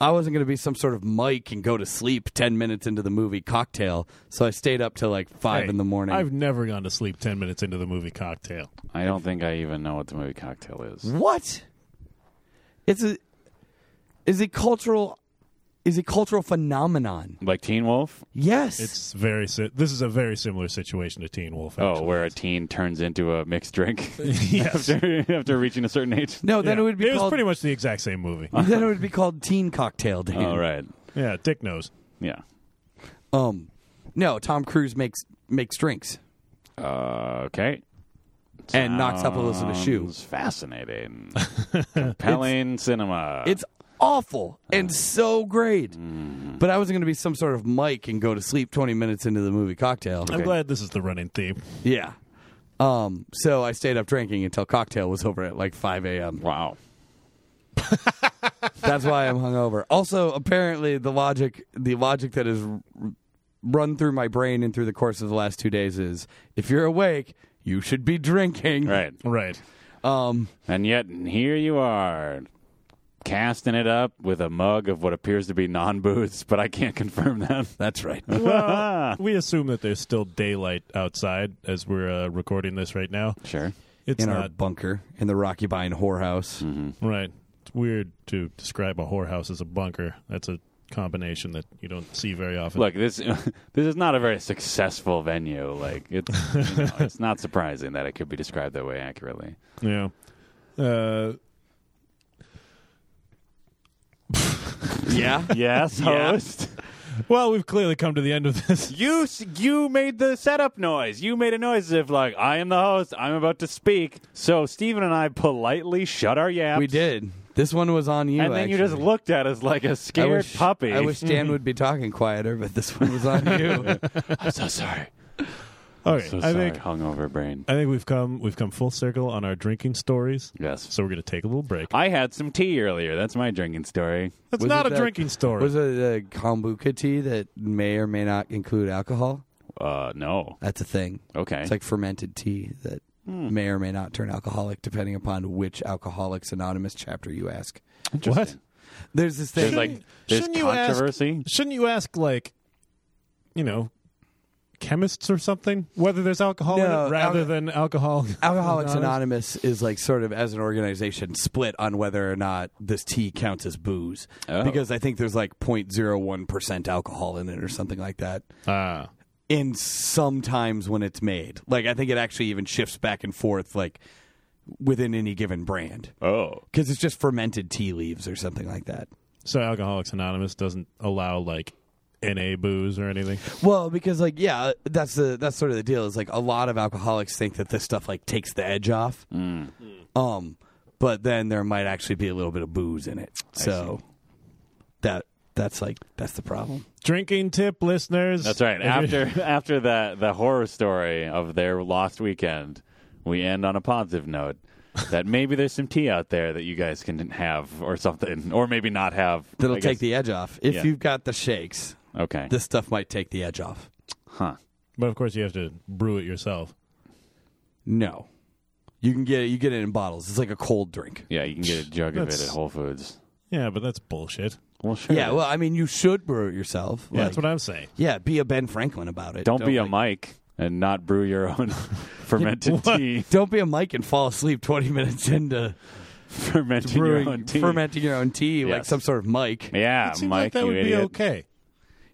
[SPEAKER 1] I wasn't going to be some sort of mic and go to sleep 10 minutes into the movie Cocktail. So I stayed up till like 5
[SPEAKER 2] Hey,
[SPEAKER 1] in the morning.
[SPEAKER 2] I've never gone to sleep ten minutes into the movie Cocktail.
[SPEAKER 4] I don't think I even know what the movie Cocktail is.
[SPEAKER 1] What? It's a is it cultural is it cultural phenomenon?
[SPEAKER 4] Like Teen Wolf?
[SPEAKER 1] Yes.
[SPEAKER 2] It's very. Si- this is a very similar situation to Teen Wolf.
[SPEAKER 4] Oh,
[SPEAKER 2] Actually.
[SPEAKER 4] where a teen turns into a mixed drink
[SPEAKER 2] yes.
[SPEAKER 4] after, after reaching a certain age.
[SPEAKER 1] no, then
[SPEAKER 2] Yeah.
[SPEAKER 1] it would be
[SPEAKER 2] was
[SPEAKER 1] called Uh,
[SPEAKER 2] pretty much the exact same movie.
[SPEAKER 1] then it would be called Teen Cocktail Dan.
[SPEAKER 4] All right.
[SPEAKER 2] yeah, Dick knows.
[SPEAKER 4] Yeah.
[SPEAKER 2] Uh.
[SPEAKER 1] Um no, Tom Cruise makes makes drinks
[SPEAKER 4] Uh, okay.
[SPEAKER 1] and knocks up Alyssa to shoe.
[SPEAKER 4] Sounds Fascinating. Compelling cinema.
[SPEAKER 1] It's awful and
[SPEAKER 2] Uh.
[SPEAKER 1] so great.
[SPEAKER 2] Mm.
[SPEAKER 1] But I wasn't going to be some sort of mic and go to sleep 20 minutes into the movie Cocktail.
[SPEAKER 2] I'm glad this is the running theme.
[SPEAKER 1] Yeah. Um, so I stayed up drinking until cocktail was over at like 5 a.m.
[SPEAKER 4] Wow.
[SPEAKER 1] That's why I'm hungover. Also, apparently the logic the logic that has r- run through my brain and through the course of the last two days is if you're awake, you should be drinking.
[SPEAKER 4] Right.
[SPEAKER 2] Right.
[SPEAKER 1] Um,
[SPEAKER 4] And yet, here you are, casting it up with a mug of what appears to be non booze, but I can't confirm that.
[SPEAKER 1] that's right.
[SPEAKER 2] Well, we assume that there's still daylight outside as we're uh, recording this right now.
[SPEAKER 4] Sure.
[SPEAKER 2] It's
[SPEAKER 1] In our
[SPEAKER 2] not
[SPEAKER 1] bunker in the Rocky Vine whorehouse.
[SPEAKER 2] right. It's weird to describe a whorehouse as a bunker. That's a combination that you don't see very often.
[SPEAKER 4] Look, this this is not a very successful venue. Like it's you know, it's not surprising that it could be described that way accurately.
[SPEAKER 2] Yeah. Uh,
[SPEAKER 1] Yeah.
[SPEAKER 4] Yes, host.
[SPEAKER 2] well, we've clearly come to the end of this.
[SPEAKER 4] You s- you made the setup noise. You made a noise as if like I am the host. I'm about to speak. So Steven and I politely shut our yaps.
[SPEAKER 1] We did. This one was on you.
[SPEAKER 4] And then you just
[SPEAKER 1] actually.
[SPEAKER 4] looked at us like a
[SPEAKER 1] I
[SPEAKER 4] scared
[SPEAKER 1] wish,
[SPEAKER 4] puppy.
[SPEAKER 1] I wish Dan would be talking quieter, but this one was on you.
[SPEAKER 4] I'm so sorry.
[SPEAKER 2] Okay,
[SPEAKER 4] So
[SPEAKER 2] I
[SPEAKER 4] sorry.
[SPEAKER 2] think
[SPEAKER 4] Hungover brain.
[SPEAKER 2] I think we've come we've come full circle on our drinking stories.
[SPEAKER 4] Yes.
[SPEAKER 2] So we're gonna take a little break.
[SPEAKER 4] I had some tea earlier. That's my drinking story.
[SPEAKER 2] That's
[SPEAKER 1] Was it
[SPEAKER 2] not a
[SPEAKER 1] that-
[SPEAKER 2] drinking story.
[SPEAKER 1] Was it a kombucha tea that may or may not include alcohol?
[SPEAKER 4] Uh, no.
[SPEAKER 1] That's a thing.
[SPEAKER 4] Okay. Hmm.
[SPEAKER 1] It's like fermented tea that may or may not turn alcoholic, depending upon which Alcoholics Anonymous chapter you ask.
[SPEAKER 2] what?
[SPEAKER 1] There's this thing.
[SPEAKER 4] there's like there's
[SPEAKER 2] Shouldn't you ask-
[SPEAKER 4] controversy.
[SPEAKER 2] Shouldn't you ask like, you know, chemists or something whether there's alcohol in
[SPEAKER 1] No,
[SPEAKER 2] it rather
[SPEAKER 1] alco-
[SPEAKER 2] than alcohol?
[SPEAKER 1] Alcoholics Anonymous is like sort of as an organization split on whether or not this tea counts as booze
[SPEAKER 4] Oh.
[SPEAKER 1] because I think there's like 0.01% alcohol in it or something like that.
[SPEAKER 2] Ah.
[SPEAKER 1] in sometimes when it's made. Like I think it actually even shifts back and forth like within any given brand
[SPEAKER 4] Oh.
[SPEAKER 1] because it's just fermented tea leaves or something like that.
[SPEAKER 2] So Alcoholics Anonymous doesn't allow like NA booze or anything.
[SPEAKER 1] Well, because like yeah, that's the that's sort of the deal. Is like a lot of alcoholics think that this stuff like takes the edge off.
[SPEAKER 4] Mm.
[SPEAKER 1] Um, but then there might actually be a little bit of booze in it. So that that's like that's the problem.
[SPEAKER 2] Drinking tip, listeners.
[SPEAKER 4] That's right. After after the the horror story of their lost weekend, we end on a positive note that maybe there's some tea out there that you guys can have or something, or maybe not have.
[SPEAKER 1] That'll
[SPEAKER 4] I
[SPEAKER 1] take
[SPEAKER 4] guess.
[SPEAKER 1] the edge off. If
[SPEAKER 4] Yeah.
[SPEAKER 1] you've got the shakes,
[SPEAKER 4] okay.
[SPEAKER 1] this stuff might take the edge off.
[SPEAKER 4] huh.
[SPEAKER 2] But of course, you have to brew it yourself.
[SPEAKER 1] No. You can get it, you get it in bottles. It's like a cold drink.
[SPEAKER 4] Yeah, you can get a jug of it
[SPEAKER 2] That's-
[SPEAKER 4] at Whole Foods.
[SPEAKER 2] Yeah, but that's bullshit.
[SPEAKER 4] Well, sure.
[SPEAKER 1] Yeah, well, I mean, you should brew it yourself.
[SPEAKER 2] Yeah, that's what I'm saying.
[SPEAKER 1] yeah, be a Ben Franklin about it.
[SPEAKER 4] don't, be a
[SPEAKER 1] like-
[SPEAKER 4] Mike and not brew your own fermented tea.
[SPEAKER 1] Don't be a Mike and fall asleep 20 minutes into
[SPEAKER 4] Fermenting
[SPEAKER 1] brewing,
[SPEAKER 4] your own tea.
[SPEAKER 1] fermenting your own tea like
[SPEAKER 4] Yes.
[SPEAKER 1] some sort of Mike. Yeah,
[SPEAKER 4] yeah,
[SPEAKER 2] It seems
[SPEAKER 4] Ah, Mike,
[SPEAKER 2] like that
[SPEAKER 4] you
[SPEAKER 2] would
[SPEAKER 4] idiot.
[SPEAKER 2] be okay.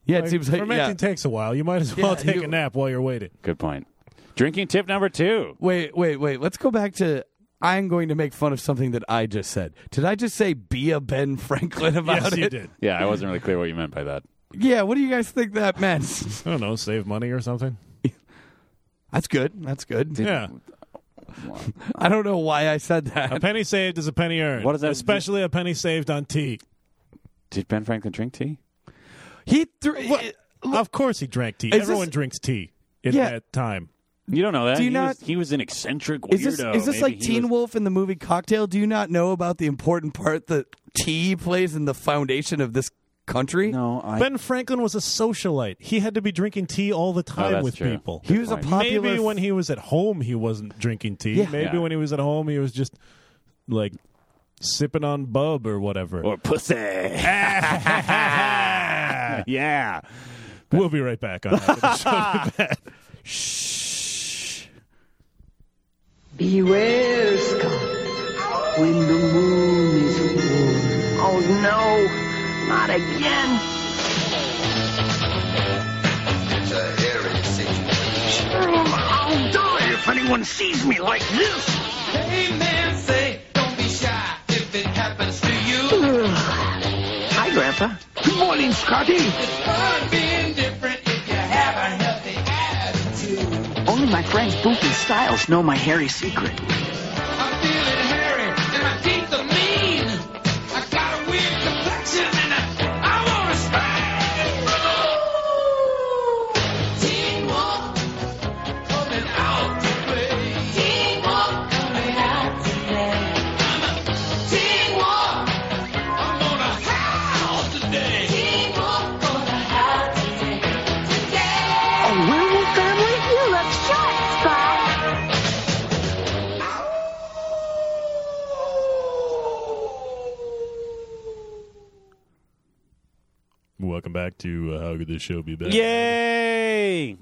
[SPEAKER 1] it seems like
[SPEAKER 2] fermenting
[SPEAKER 1] yeah.
[SPEAKER 2] takes a while. You might as well
[SPEAKER 1] Yeah,
[SPEAKER 2] take
[SPEAKER 1] you-
[SPEAKER 2] a nap while you're waiting.
[SPEAKER 4] Good point. Drinking tip number two.
[SPEAKER 1] Wait, wait, wait. Let's go back to I'm going to make fun of something that I just said. Did I just say be a Ben Franklin about
[SPEAKER 2] yes,
[SPEAKER 1] it?
[SPEAKER 2] you did.
[SPEAKER 4] Yeah, I wasn't really clear what you meant by that.
[SPEAKER 1] Yeah, what do you guys think that meant?
[SPEAKER 2] I don't know, save money or something.
[SPEAKER 1] That's good. That's good.
[SPEAKER 2] Yeah,
[SPEAKER 1] I don't know why I said that.
[SPEAKER 2] a penny saved is a penny earned.
[SPEAKER 4] What does that-
[SPEAKER 2] Especially a penny saved on tea.
[SPEAKER 4] Did Ben Franklin drink tea?
[SPEAKER 1] He threw.
[SPEAKER 2] Of course, he drank tea.
[SPEAKER 1] Is
[SPEAKER 2] Everyone
[SPEAKER 1] this-
[SPEAKER 2] drinks tea in
[SPEAKER 1] Yeah.
[SPEAKER 2] that time.
[SPEAKER 4] You don't know that.
[SPEAKER 1] Do you
[SPEAKER 4] he,
[SPEAKER 1] not-
[SPEAKER 4] was, he was an eccentric weirdo.
[SPEAKER 1] Is this is this like
[SPEAKER 4] Maybe he
[SPEAKER 1] Teen
[SPEAKER 4] was-
[SPEAKER 1] Wolf in the movie Cocktail? Do you not know about the important part that tea plays in the foundation of this country?
[SPEAKER 4] No, I.
[SPEAKER 2] Ben Franklin was a socialite. He had to be drinking tea all the time
[SPEAKER 4] that's
[SPEAKER 2] with
[SPEAKER 4] true.
[SPEAKER 2] people.
[SPEAKER 1] he was a
[SPEAKER 4] point.
[SPEAKER 1] popular.
[SPEAKER 2] Maybe when he was at home, he wasn't drinking tea.
[SPEAKER 1] Yeah.
[SPEAKER 2] Maybe
[SPEAKER 4] Yeah.
[SPEAKER 2] when he was at home, he was just like sipping on bub or whatever.
[SPEAKER 4] or pussy. yeah.
[SPEAKER 2] we'll be right back on after the show.
[SPEAKER 5] Beware, Scott, when the moon is full. Oh no, not again.
[SPEAKER 6] It's a hairy situation.
[SPEAKER 5] I'll die if anyone sees me like this.
[SPEAKER 7] Hey man, say, don't be shy if it happens to you.
[SPEAKER 5] Hi, Grandpa. Good morning, Scotty.
[SPEAKER 7] It's fun being different if you have a healthy attitude.
[SPEAKER 5] Only my friends Boop and Styles know my hairy secret.
[SPEAKER 7] I'm feeling hairy and my teeth are mean. I got a weird complexion and I, I wanna spray. Teen Wolf coming out to play.
[SPEAKER 2] Welcome back to uh, How Could This Show Be Better?
[SPEAKER 4] Yay!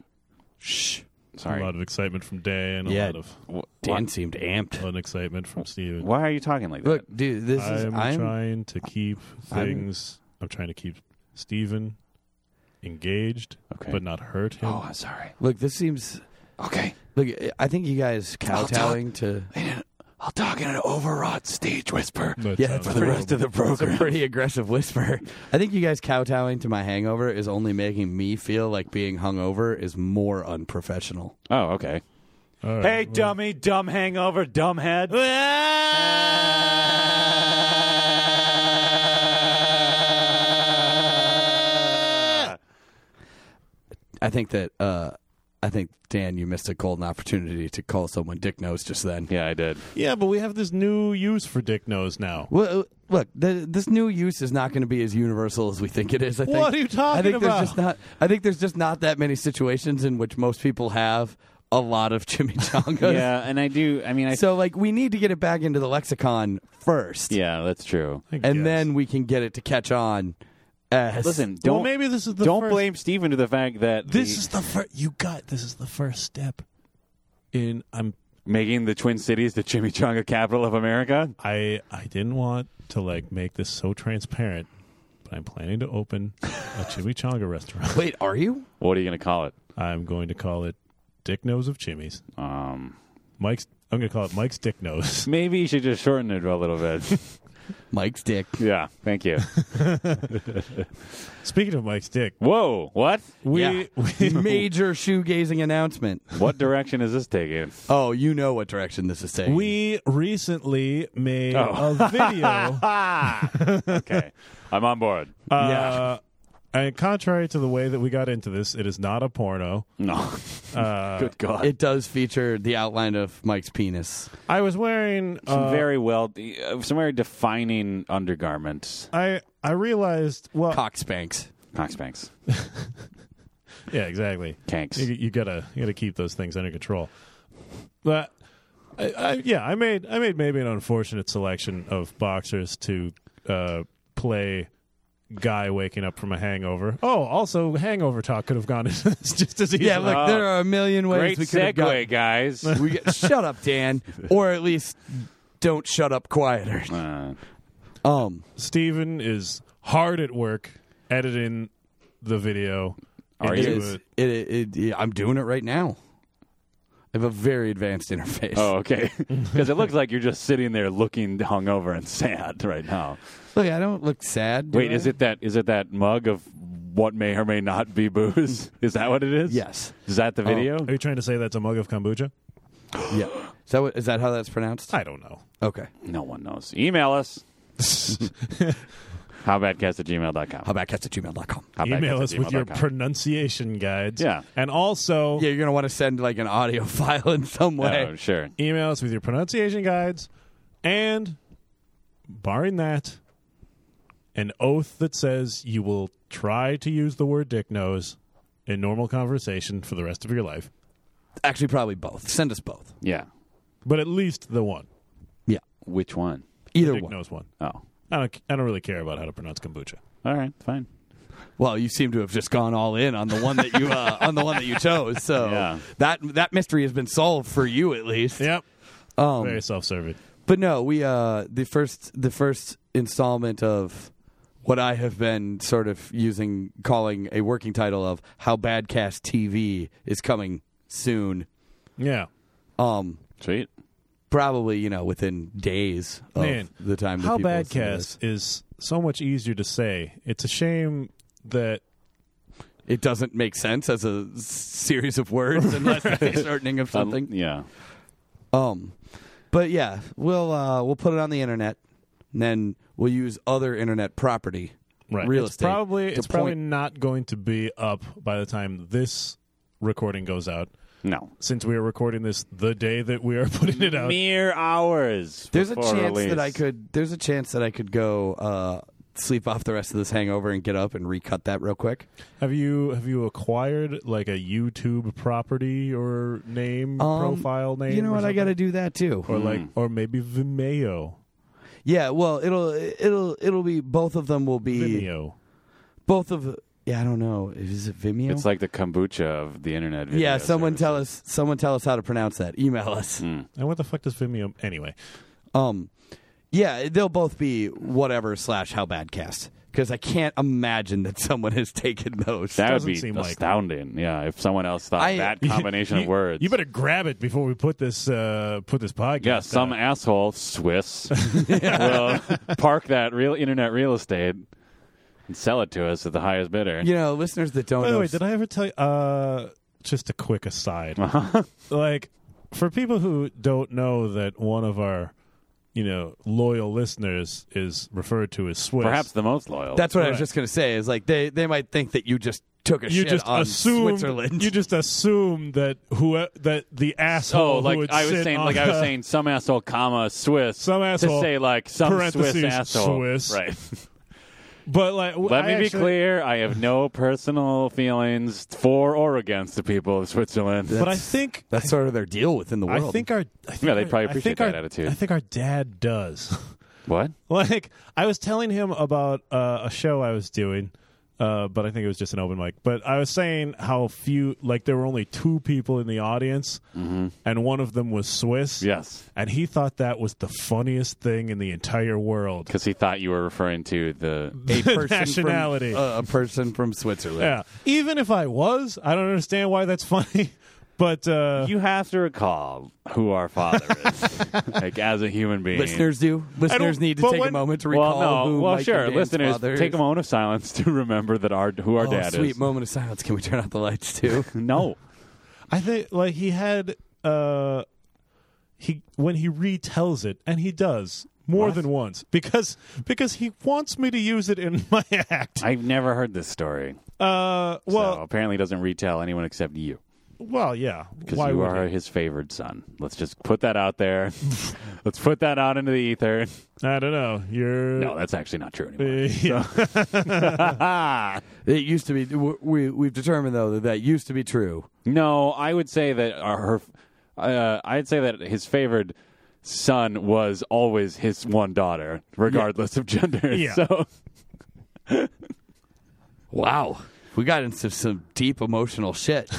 [SPEAKER 1] Shh.
[SPEAKER 2] A
[SPEAKER 4] Sorry.
[SPEAKER 2] lot of excitement from Dan, a
[SPEAKER 1] Yeah.
[SPEAKER 2] lot of
[SPEAKER 4] Wh-
[SPEAKER 1] Dan seemed amped.
[SPEAKER 2] fun excitement from Steven.
[SPEAKER 4] Why are you talking like that?
[SPEAKER 1] Look, dude, this is
[SPEAKER 2] I'm,
[SPEAKER 1] I'm
[SPEAKER 2] trying to keep
[SPEAKER 1] I'm-
[SPEAKER 2] things. I'm, trying to keep Steven engaged,
[SPEAKER 4] Okay.
[SPEAKER 2] but not hurt him.
[SPEAKER 4] oh, I'm sorry.
[SPEAKER 1] look. This seems
[SPEAKER 4] Okay.
[SPEAKER 1] look. I think you guys kowtowing to
[SPEAKER 4] I'll talk in an overwrought stage whisper.
[SPEAKER 2] That
[SPEAKER 1] yeah
[SPEAKER 2] sounds
[SPEAKER 1] for the rest
[SPEAKER 2] horrible.
[SPEAKER 1] of the program. It's a pretty aggressive whisper. I think you guys kowtowing to my hangover is only making me feel like being hungover is more unprofessional.
[SPEAKER 4] Oh, okay.
[SPEAKER 2] All right,
[SPEAKER 4] Hey,
[SPEAKER 2] well,
[SPEAKER 4] dummy, dumb hangover, dumb head.
[SPEAKER 1] I think that uh, I think Dan, you missed a golden opportunity to call someone dick nose just then.
[SPEAKER 4] Yeah, I did.
[SPEAKER 2] Yeah, but we have this new use for dick nose now.
[SPEAKER 1] Well, uh, look, th this new use is not going to be as universal as we think it is. I think,
[SPEAKER 2] What are you talking
[SPEAKER 1] I think
[SPEAKER 2] about?
[SPEAKER 1] There's just not, I think there's just not that many situations in which most people have a lot of chimichangas.
[SPEAKER 4] Yeah, and I do. I mean, I.
[SPEAKER 1] So, like, we need to get it back into the lexicon first,
[SPEAKER 4] yeah, that's true.
[SPEAKER 2] I guess.
[SPEAKER 1] and then we can get it to catch on. As
[SPEAKER 4] Listen,
[SPEAKER 2] well,
[SPEAKER 4] don't
[SPEAKER 2] maybe this is the
[SPEAKER 4] don't
[SPEAKER 2] first-
[SPEAKER 4] blame Steven to the fact that
[SPEAKER 2] This
[SPEAKER 4] the-
[SPEAKER 2] is the first. You got this is the first step. In I'm
[SPEAKER 4] making the Twin Cities the chimichanga capital of America.
[SPEAKER 2] I I didn't want to like make this so transparent, but I'm planning to open a chimichanga restaurant.
[SPEAKER 1] wait, are you?
[SPEAKER 4] What are you going to call it?
[SPEAKER 2] I'm going to call it Dick Nose of Chimmies.
[SPEAKER 4] Um,
[SPEAKER 2] Mike's. I'm going to call it Mike's Dick Nose.
[SPEAKER 4] maybe you should just shorten it a little bit.
[SPEAKER 1] Mike's dick.
[SPEAKER 4] yeah, thank you.
[SPEAKER 2] Speaking of Mike's dick,
[SPEAKER 4] Whoa, what?
[SPEAKER 2] we
[SPEAKER 1] yeah.
[SPEAKER 2] we
[SPEAKER 1] Major shoegazing announcement.
[SPEAKER 4] What direction is this taking?
[SPEAKER 1] Oh, you know what direction this is taking.
[SPEAKER 2] we recently made
[SPEAKER 4] Oh.
[SPEAKER 2] a video.
[SPEAKER 4] Okay, I'm on board.
[SPEAKER 2] Ah! Uh, And contrary to the way that we got into this, it is not a porno.
[SPEAKER 4] No,
[SPEAKER 2] uh,
[SPEAKER 4] good God,
[SPEAKER 1] it does feature the outline of Mike's penis.
[SPEAKER 2] I was wearing uh,
[SPEAKER 4] some very well, uh, some very defining undergarments.
[SPEAKER 2] I I realized well
[SPEAKER 1] Cock spanks.
[SPEAKER 4] Coxbanks,
[SPEAKER 2] yeah exactly
[SPEAKER 4] Kanks.
[SPEAKER 2] you, you gotta you gotta keep those things under control but I, I, yeah I made I made maybe an unfortunate selection of boxers to uh, play guy waking up from a hangover oh also hangover talk could have gone into this just as easily
[SPEAKER 1] Yeah, look, there are a million ways
[SPEAKER 4] Great
[SPEAKER 1] we could
[SPEAKER 4] segue,
[SPEAKER 1] have got-
[SPEAKER 4] guys.
[SPEAKER 1] We get, shut up, Dan, or at least don't shut up quieter.
[SPEAKER 4] Uh,
[SPEAKER 1] Um,
[SPEAKER 2] Steven is hard at work editing the video
[SPEAKER 4] Are
[SPEAKER 1] it
[SPEAKER 2] into
[SPEAKER 4] you?
[SPEAKER 1] is.
[SPEAKER 2] a-
[SPEAKER 1] It, it, it, I'm doing it right now. I have a very advanced interface.
[SPEAKER 4] oh, okay. Because it looks like you're just sitting there looking hungover and sad right now.
[SPEAKER 1] Look, I don't look sad. do
[SPEAKER 4] Wait,
[SPEAKER 1] I?
[SPEAKER 4] is it that? Is it that mug of what may or may not be booze? Is that what it is?
[SPEAKER 1] Yes. Oh.
[SPEAKER 4] Is that the video?
[SPEAKER 2] Are you trying to say that's a mug of kombucha?
[SPEAKER 1] Yeah. Is that what, is that how that's pronounced?
[SPEAKER 2] I don't know.
[SPEAKER 1] Okay.
[SPEAKER 4] No one knows. Email us. Howbadcast at gmail.com.
[SPEAKER 1] How about cast at gmail.com?
[SPEAKER 2] Email us with your pronunciation guides.
[SPEAKER 4] Yeah.
[SPEAKER 2] And also
[SPEAKER 1] Yeah, you're gonna want to send like an audio file in some way.
[SPEAKER 4] Oh, sure.
[SPEAKER 2] email us with your pronunciation guides and barring that, an oath that says you will try to use the word dick nose in normal conversation for the rest of your life.
[SPEAKER 1] Actually, probably both. Send us both.
[SPEAKER 4] Yeah.
[SPEAKER 2] But at least the one.
[SPEAKER 1] Yeah,
[SPEAKER 4] Which one?
[SPEAKER 1] either
[SPEAKER 2] Dick
[SPEAKER 1] one.
[SPEAKER 2] nose one.
[SPEAKER 4] Oh.
[SPEAKER 2] I don't I don't really care about how to pronounce kombucha.
[SPEAKER 4] All right. Fine.
[SPEAKER 1] Well, you seem to have just gone all in on the one that you uh, on the one that you chose. So
[SPEAKER 4] Yeah.
[SPEAKER 1] that that mystery has been solved for you at least.
[SPEAKER 2] Yep.
[SPEAKER 1] Um,
[SPEAKER 2] Very self serving.
[SPEAKER 1] But no, we uh the first the first installment of what I have been sort of using calling a working title of how Badcast TV is coming soon.
[SPEAKER 2] Yeah.
[SPEAKER 1] Um
[SPEAKER 4] Sweet.
[SPEAKER 1] probably, you know, within days of
[SPEAKER 2] Man,
[SPEAKER 1] the time that
[SPEAKER 2] How
[SPEAKER 1] people
[SPEAKER 2] bad
[SPEAKER 1] listen to
[SPEAKER 2] cast is so much easier to say. It's a shame that
[SPEAKER 1] this. It doesn't make sense as a s- series of words unless it's a shortening of
[SPEAKER 4] Um,
[SPEAKER 1] something.
[SPEAKER 4] yeah.
[SPEAKER 1] Um but yeah, we'll uh we'll put it on the internet and then we'll use other internet property. Real
[SPEAKER 2] it's
[SPEAKER 1] estate.
[SPEAKER 2] Probably
[SPEAKER 1] to
[SPEAKER 2] it's probably
[SPEAKER 1] point-
[SPEAKER 2] not going to be up by the time this recording goes out.
[SPEAKER 4] No.
[SPEAKER 2] Since we are recording this the day that we are putting it out,
[SPEAKER 4] Mere hours.
[SPEAKER 1] There's a
[SPEAKER 4] before
[SPEAKER 1] chance
[SPEAKER 4] release.
[SPEAKER 1] that I could. There's a chance that I could go uh, sleep off the rest of this hangover and get up and recut that real quick.
[SPEAKER 2] have you have you acquired like a YouTube property or name
[SPEAKER 1] Um,
[SPEAKER 2] profile name?
[SPEAKER 1] You know
[SPEAKER 2] or
[SPEAKER 1] what? I
[SPEAKER 2] something?
[SPEAKER 1] got to do that too.
[SPEAKER 2] or like
[SPEAKER 4] Hmm.
[SPEAKER 2] or maybe Vimeo.
[SPEAKER 1] Yeah. Well, it'll it'll it'll be both of them will be
[SPEAKER 2] Vimeo.
[SPEAKER 1] both of yeah, I don't know. Is it Vimeo?
[SPEAKER 4] It's like the kombucha of the internet. Video Mm.
[SPEAKER 1] yeah, someone
[SPEAKER 4] services.
[SPEAKER 1] tell us. Someone tell us how to pronounce that. Email us.
[SPEAKER 2] And what the fuck does Vimeo? Anyway,
[SPEAKER 1] Um, yeah, they'll both be whatever slash how bad cast because I can't imagine that someone has taken those.
[SPEAKER 4] That would
[SPEAKER 2] Doesn't
[SPEAKER 4] be
[SPEAKER 2] seem like-
[SPEAKER 4] astounding. yeah, if someone else thought
[SPEAKER 1] I-
[SPEAKER 4] that combination
[SPEAKER 2] you,
[SPEAKER 4] of words.
[SPEAKER 2] You better grab it before we put this uh, put this podcast.
[SPEAKER 4] Yeah, some
[SPEAKER 2] out.
[SPEAKER 4] asshole Swiss will park that real internet real estate and sell it to us at the highest bidder.
[SPEAKER 1] you know, listeners that don't
[SPEAKER 2] By the
[SPEAKER 1] know.
[SPEAKER 2] way, did I ever tell you? Uh, just a quick aside.
[SPEAKER 4] Uh-huh.
[SPEAKER 2] like, for people who don't know that one of our, you know, loyal listeners is referred to as Swiss.
[SPEAKER 4] Perhaps the most loyal.
[SPEAKER 1] that's what I was
[SPEAKER 2] Right.
[SPEAKER 1] just gonna say. Is like they they might think that you just took a
[SPEAKER 2] you
[SPEAKER 1] shit
[SPEAKER 2] just
[SPEAKER 1] on
[SPEAKER 2] assume
[SPEAKER 1] Switzerland.
[SPEAKER 2] you just assume that who that the asshole
[SPEAKER 4] oh,
[SPEAKER 2] who
[SPEAKER 4] like
[SPEAKER 2] would
[SPEAKER 4] I was
[SPEAKER 2] sit
[SPEAKER 4] saying,
[SPEAKER 2] on
[SPEAKER 4] like I was
[SPEAKER 2] the-
[SPEAKER 4] saying, some asshole, comma Swiss,
[SPEAKER 2] Some asshole,
[SPEAKER 4] to say like some Swiss
[SPEAKER 2] parentheses,
[SPEAKER 4] asshole,
[SPEAKER 2] Swiss.
[SPEAKER 4] right?
[SPEAKER 2] but like w-
[SPEAKER 4] Let
[SPEAKER 2] I
[SPEAKER 4] me
[SPEAKER 2] actually-
[SPEAKER 4] be clear: I have no personal feelings for or against the people of Switzerland.
[SPEAKER 2] but I think
[SPEAKER 1] that's sort of their deal within the world.
[SPEAKER 2] I think our I think
[SPEAKER 4] Yeah, they
[SPEAKER 2] our-
[SPEAKER 4] probably
[SPEAKER 2] I think
[SPEAKER 4] appreciate that
[SPEAKER 2] our-
[SPEAKER 4] attitude.
[SPEAKER 2] I think our dad does.
[SPEAKER 4] what?
[SPEAKER 2] like I was telling him about uh, a show I was doing, uh, but I think it was just an open mic. But I was saying how few, like there were only two people in the audience, and one of them was Swiss.
[SPEAKER 4] Yes,
[SPEAKER 2] and he thought that was the funniest thing in the entire world.
[SPEAKER 4] because he thought you were referring to the.
[SPEAKER 1] a person
[SPEAKER 2] nationality.
[SPEAKER 1] from, uh, a person from Switzerland.
[SPEAKER 2] Yeah, even if I was, I don't understand why that's funny. But uh,
[SPEAKER 4] You have to recall who our father is, like as a human being.
[SPEAKER 1] Listeners do. Listeners need to
[SPEAKER 2] but
[SPEAKER 1] take a
[SPEAKER 2] when-
[SPEAKER 1] moment to recall
[SPEAKER 4] well, no,
[SPEAKER 1] who
[SPEAKER 4] well,
[SPEAKER 1] Mike
[SPEAKER 4] sure.
[SPEAKER 1] and Dan's
[SPEAKER 4] Listeners,
[SPEAKER 1] father is.
[SPEAKER 4] take a moment of silence to remember that our who our
[SPEAKER 1] Oh,
[SPEAKER 4] dad
[SPEAKER 1] sweet
[SPEAKER 4] is.
[SPEAKER 1] moment of silence. Can we turn out the lights too?
[SPEAKER 4] No,
[SPEAKER 2] I think like he had uh he when he retells it and he does more than once because because he wants me to use it in my act.
[SPEAKER 4] I've never heard this story.
[SPEAKER 2] Uh
[SPEAKER 4] so
[SPEAKER 2] well
[SPEAKER 4] apparently, it doesn't retell anyone except you.
[SPEAKER 2] well yeah.
[SPEAKER 4] Because
[SPEAKER 2] Why
[SPEAKER 4] you
[SPEAKER 2] would
[SPEAKER 4] are
[SPEAKER 2] he?
[SPEAKER 4] his favored son. Let's just put that out there. Let's put that out into the ether.
[SPEAKER 2] I don't know. You're
[SPEAKER 4] No, that's actually not true
[SPEAKER 2] uh,
[SPEAKER 4] anymore.
[SPEAKER 2] yeah.
[SPEAKER 1] It used to be. w- We we've determined though that that used to be true.
[SPEAKER 4] No, I would say that our, her. Uh, I'd say that his favored son was always his one daughter, regardless of gender.
[SPEAKER 2] Yeah.
[SPEAKER 4] So
[SPEAKER 1] Wow, we got into some deep emotional shit.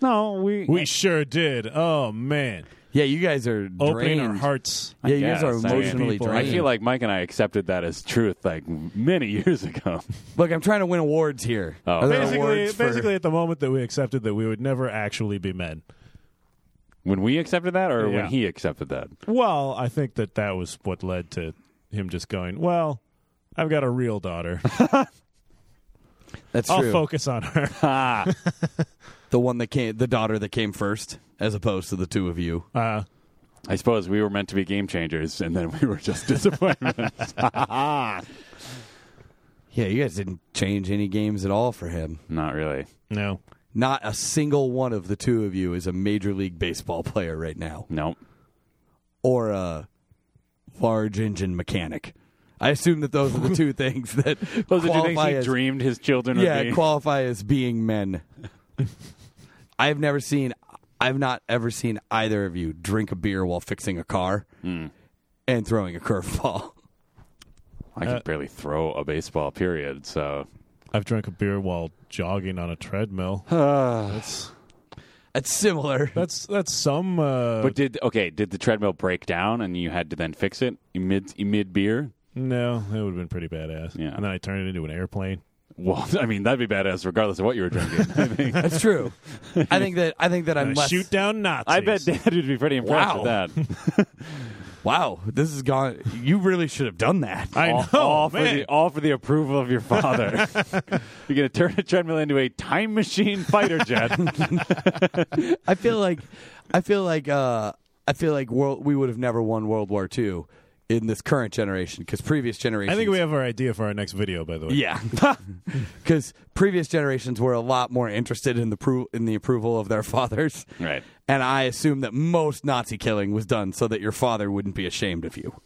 [SPEAKER 4] no, we
[SPEAKER 2] we sure did. Oh man.
[SPEAKER 1] yeah, you guys are
[SPEAKER 2] Opening
[SPEAKER 1] drained.
[SPEAKER 2] our hearts.
[SPEAKER 1] Yeah, you guys
[SPEAKER 4] guess,
[SPEAKER 1] are
[SPEAKER 4] I mean,
[SPEAKER 1] emotionally
[SPEAKER 2] people- I
[SPEAKER 4] I
[SPEAKER 1] drained.
[SPEAKER 4] feel like Mike and I accepted that as truth like many years ago.
[SPEAKER 1] Look, I'm trying to win awards here.
[SPEAKER 4] Oh.
[SPEAKER 1] Are there
[SPEAKER 2] Basically
[SPEAKER 1] awards for-
[SPEAKER 2] basically at the moment that we accepted that we would never actually be men.
[SPEAKER 4] When we accepted that, or when
[SPEAKER 2] Yeah.
[SPEAKER 4] he accepted that.
[SPEAKER 2] Well, I think that that was what led to him just going, "Well, I've got a real daughter.
[SPEAKER 1] that's
[SPEAKER 2] I'll
[SPEAKER 1] true.
[SPEAKER 2] focus on her."
[SPEAKER 4] Ah,
[SPEAKER 1] the one that came, the daughter that came first, as opposed to the two of you.
[SPEAKER 2] Uh,
[SPEAKER 4] I suppose we were meant to be game changers, and then we were just disappointments.
[SPEAKER 1] Yeah, you guys didn't change any games at all for him.
[SPEAKER 4] Not really.
[SPEAKER 2] no.
[SPEAKER 1] Not a single one of the two of you is a major league baseball player right now,
[SPEAKER 4] Nope.
[SPEAKER 1] or a large engine mechanic. I assume that those are the two things that
[SPEAKER 4] Those are two things
[SPEAKER 1] qualify
[SPEAKER 4] he
[SPEAKER 1] as
[SPEAKER 4] dreamed his children
[SPEAKER 1] yeah,
[SPEAKER 4] would be.
[SPEAKER 1] qualify as being men. I've never seen, I've not ever seen either of you drink a beer while fixing a car
[SPEAKER 4] Hmm.
[SPEAKER 1] and throwing a curveball.
[SPEAKER 4] I
[SPEAKER 1] Uh,
[SPEAKER 4] can barely throw a baseball, period. So
[SPEAKER 2] I've drank a beer while jogging on a treadmill. that's
[SPEAKER 1] That's similar.
[SPEAKER 2] that's that's some. Uh,
[SPEAKER 4] But did okay, did the treadmill break down and you had to then fix it mid mid beer?
[SPEAKER 2] no, that would have been pretty badass.
[SPEAKER 4] Yeah.
[SPEAKER 2] And then I turned it into an airplane.
[SPEAKER 4] Well, I mean that'd be badass regardless of what you were drinking. I, think.
[SPEAKER 1] That's true. I think that I think that I'm
[SPEAKER 2] And I
[SPEAKER 1] less.
[SPEAKER 2] Uh, shoot down Nazis.
[SPEAKER 4] I bet Dad would be pretty impressed
[SPEAKER 1] Wow.
[SPEAKER 4] with that.
[SPEAKER 1] Wow, this is gone. You really should have done that.
[SPEAKER 2] I know.
[SPEAKER 4] all, all for
[SPEAKER 2] man.
[SPEAKER 4] the all for the approval of your father. You're gonna turn a treadmill into a time machine fighter jet.
[SPEAKER 1] I feel like, I feel like, uh, I feel like world, we would have never won World War II in this current generation because previous generations.
[SPEAKER 2] I think we have our idea for our next video. By the way,
[SPEAKER 1] Yeah, because previous generations were a lot more interested in the pro- in the approval of their fathers,
[SPEAKER 4] Right.
[SPEAKER 1] And I assume that most Nazi killing was done so that your father wouldn't be ashamed of you,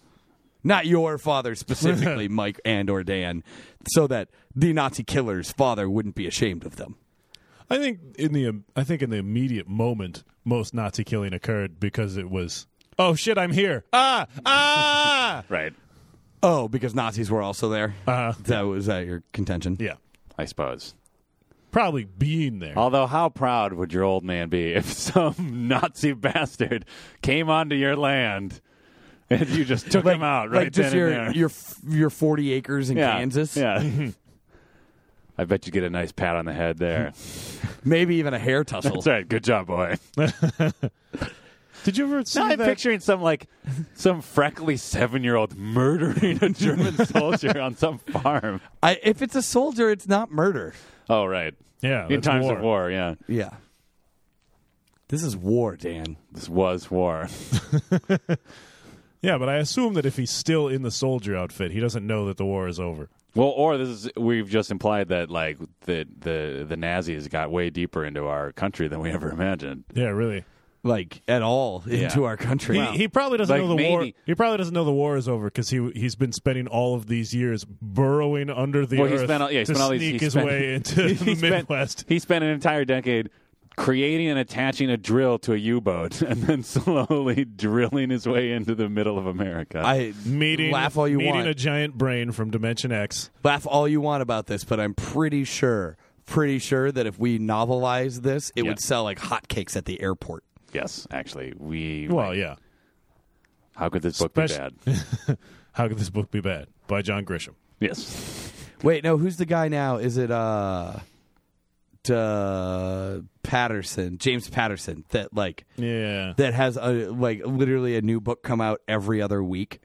[SPEAKER 1] not your father specifically, Mike and or Dan, so that the Nazi killer's father wouldn't be ashamed of them.
[SPEAKER 2] I think in the um, I think in the immediate moment, most Nazi killing occurred because it was. Oh shit! I'm here. Ah ah.
[SPEAKER 4] right.
[SPEAKER 1] Oh, because Nazis were also there.
[SPEAKER 2] Uh-huh.
[SPEAKER 1] That was uh, your contention.
[SPEAKER 2] yeah.
[SPEAKER 4] I suppose.
[SPEAKER 2] Probably being there.
[SPEAKER 4] Although, how proud would your old man be if some Nazi bastard came onto your land and you just took him out right
[SPEAKER 1] like just
[SPEAKER 4] then
[SPEAKER 1] your
[SPEAKER 4] and there?
[SPEAKER 1] your f- your forty acres in
[SPEAKER 4] yeah.
[SPEAKER 1] Kansas,
[SPEAKER 4] Yeah. I bet you get a nice pat on the head there.
[SPEAKER 1] maybe even a hair tussle.
[SPEAKER 4] That's right. Good job, boy.
[SPEAKER 2] Did you ever see
[SPEAKER 4] Now I'm
[SPEAKER 2] that?
[SPEAKER 4] picturing some like some freckly seven year old murdering a German soldier on some farm.
[SPEAKER 1] I, if it's a soldier, it's not murder.
[SPEAKER 4] Oh right.
[SPEAKER 2] yeah,
[SPEAKER 4] In
[SPEAKER 2] that's
[SPEAKER 4] times of war, yeah.
[SPEAKER 1] Yeah, this is war, Dan.
[SPEAKER 4] This was war.
[SPEAKER 2] Yeah, but I assume that if he's still in the soldier outfit, he doesn't know that the war is over.
[SPEAKER 4] Well, or this is we've just implied that like the the the Nazis got way deeper into our country than we ever imagined.
[SPEAKER 2] Yeah, really.
[SPEAKER 1] Like at all into our country.
[SPEAKER 2] He, he probably doesn't
[SPEAKER 4] Like,
[SPEAKER 2] know the war.
[SPEAKER 4] maybe-
[SPEAKER 2] He probably doesn't know the war is over because he he's been spending all of these years burrowing under the
[SPEAKER 4] Well,
[SPEAKER 2] earth
[SPEAKER 4] he spent all, yeah, he
[SPEAKER 2] to
[SPEAKER 4] spent all these,
[SPEAKER 2] sneak
[SPEAKER 4] he
[SPEAKER 2] his
[SPEAKER 4] spent-
[SPEAKER 2] way into the
[SPEAKER 4] he spent-
[SPEAKER 2] Midwest.
[SPEAKER 4] He spent an entire decade creating and attaching a drill to a U-boat, and then slowly drilling his way into the middle of America.
[SPEAKER 1] I
[SPEAKER 2] Meeting
[SPEAKER 1] laugh all you
[SPEAKER 2] meeting
[SPEAKER 1] want.
[SPEAKER 2] a giant brain from Dimension X.
[SPEAKER 1] laugh all you want about this, but I'm pretty sure, pretty sure that if we novelize this, it
[SPEAKER 4] Yeah.
[SPEAKER 1] would sell like hotcakes at the airport.
[SPEAKER 4] yes, actually, we.
[SPEAKER 2] Well, yeah.
[SPEAKER 4] how could this book
[SPEAKER 2] Spec-
[SPEAKER 4] be bad?
[SPEAKER 2] How could this book be bad? By John Grisham.
[SPEAKER 4] yes,
[SPEAKER 1] Wait, no, who's the guy now? Is it uh, duh, Patterson, James Patterson? That like
[SPEAKER 2] Yeah.
[SPEAKER 1] that has a like literally a new book come out every other week.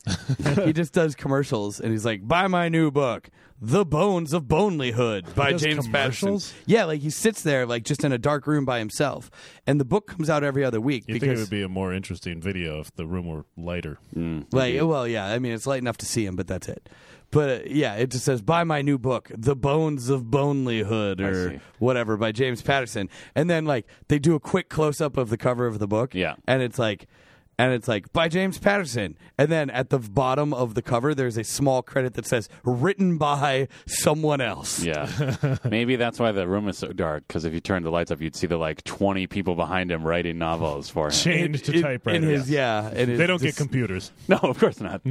[SPEAKER 1] he just does commercials and he's like, "Buy my new book, The Bones of Bonelyhood by
[SPEAKER 2] Does
[SPEAKER 1] James Patterson."
[SPEAKER 2] commercials?
[SPEAKER 1] Yeah, like he sits there like just in a dark room by himself, and the book comes out every other week
[SPEAKER 2] You think it
[SPEAKER 1] because
[SPEAKER 2] would be a more interesting video if the room were lighter?
[SPEAKER 1] like well, yeah, I mean it's light enough to see him, but that's it. But uh, yeah, it just says buy my new book, The Bones of Bonelyhood
[SPEAKER 4] see.
[SPEAKER 1] or whatever by James Patterson. And then like they do a quick close up of the cover of the book.
[SPEAKER 4] Yeah.
[SPEAKER 1] And it's like and it's like by James Patterson. And then at the bottom of the cover there's a small credit that says written by someone else.
[SPEAKER 4] yeah. Maybe that's why the room is so dark. Because if you turned the lights up, you'd see the like twenty people behind him writing novels for him.
[SPEAKER 2] Change to
[SPEAKER 1] In-
[SPEAKER 2] typewriter.
[SPEAKER 1] in his, yeah. in his
[SPEAKER 2] They don't get
[SPEAKER 1] dis-
[SPEAKER 2] computers.
[SPEAKER 4] No, of course not.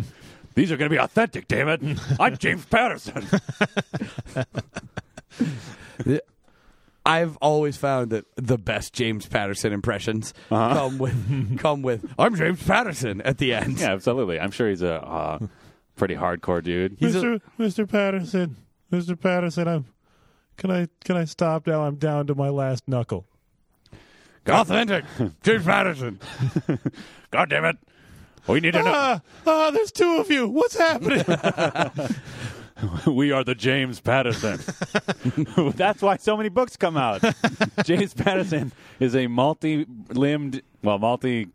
[SPEAKER 4] These are going to be authentic, damn it. I'm James Patterson.
[SPEAKER 1] I've always found that the best James Patterson impressions
[SPEAKER 4] Uh-huh.
[SPEAKER 1] come with come with I'm James Patterson at the end.
[SPEAKER 4] yeah, absolutely. I'm sure he's a uh, pretty hardcore dude.
[SPEAKER 1] He's a-
[SPEAKER 2] Mr. Mr. Patterson, Mr. Patterson, I'm. Can I can I stop now? I'm down to my last knuckle.
[SPEAKER 1] authentic James Patterson.
[SPEAKER 4] God damn it. We need to know.
[SPEAKER 2] Ah, ah, there's two of you. What's happening?
[SPEAKER 4] we are the James Patterson. That's why so many books come out. James Patterson is a multi limbed, well, multi.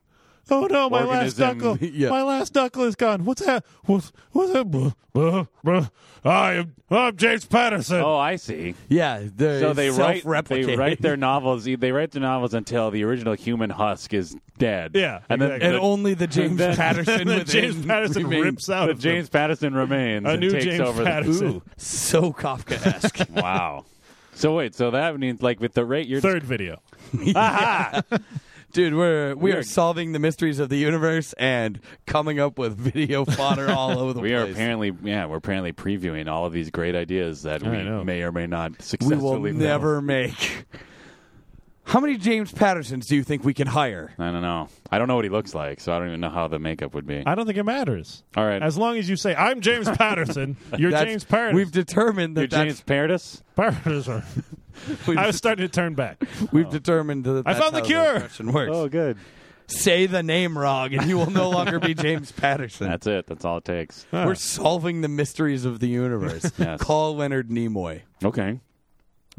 [SPEAKER 2] oh no, my last
[SPEAKER 4] Organism.
[SPEAKER 2] knuckle.
[SPEAKER 1] Yeah.
[SPEAKER 2] My last knuckle is gone. What's that? What's what's that? Bruh, bruh, bruh. I am I'm James Patterson.
[SPEAKER 4] Oh, I see.
[SPEAKER 1] Yeah, they're
[SPEAKER 4] So they write, they
[SPEAKER 1] self-replicating.
[SPEAKER 4] write their novels. They write their novels until the original human husk is dead.
[SPEAKER 2] Yeah,
[SPEAKER 4] and then
[SPEAKER 1] and
[SPEAKER 2] exactly.
[SPEAKER 1] only the James
[SPEAKER 4] then-
[SPEAKER 1] Patterson
[SPEAKER 2] and then
[SPEAKER 1] within
[SPEAKER 2] James Patterson
[SPEAKER 1] remains.
[SPEAKER 2] rips out
[SPEAKER 4] the
[SPEAKER 2] of them.
[SPEAKER 4] James Patterson remains.
[SPEAKER 2] a
[SPEAKER 4] and
[SPEAKER 2] new
[SPEAKER 4] takes
[SPEAKER 2] James
[SPEAKER 4] over the-
[SPEAKER 2] Patterson.
[SPEAKER 1] Ooh, so Kafkaesque.
[SPEAKER 4] Wow. So wait, so that means like with the rate you're
[SPEAKER 2] Third video.
[SPEAKER 1] Dude, we're we are
[SPEAKER 4] Weird.
[SPEAKER 1] solving the mysteries of the universe and coming up with video fodder all over the
[SPEAKER 4] we
[SPEAKER 1] place.
[SPEAKER 4] are apparently yeah, we're apparently previewing all of these great ideas that we
[SPEAKER 2] know.
[SPEAKER 4] may or may not
[SPEAKER 1] we
[SPEAKER 4] successfully
[SPEAKER 1] will
[SPEAKER 4] film.
[SPEAKER 1] never make. How many James Pattersons do you think we can hire?
[SPEAKER 4] I don't know. I don't know what he looks like, so I don't even know how the makeup would be.
[SPEAKER 2] I don't think it matters.
[SPEAKER 4] All right.
[SPEAKER 2] As long as you say I'm James Patterson, you're
[SPEAKER 1] That's-
[SPEAKER 2] James Patterson.
[SPEAKER 1] We've determined that
[SPEAKER 4] You're James
[SPEAKER 1] that's,
[SPEAKER 4] Paradis?
[SPEAKER 2] Patterson.
[SPEAKER 1] we've,
[SPEAKER 2] I was starting to turn back.
[SPEAKER 1] we've determined that
[SPEAKER 2] I
[SPEAKER 1] that's
[SPEAKER 2] found the
[SPEAKER 1] how
[SPEAKER 2] cure.
[SPEAKER 1] impression works.
[SPEAKER 2] Oh,
[SPEAKER 4] good.
[SPEAKER 1] Say the name wrong, and you will no longer be James Patterson.
[SPEAKER 4] That's it. That's all it takes.
[SPEAKER 1] We're solving the mysteries of the universe.
[SPEAKER 4] Yes.
[SPEAKER 1] Call Leonard Nimoy
[SPEAKER 4] Okay.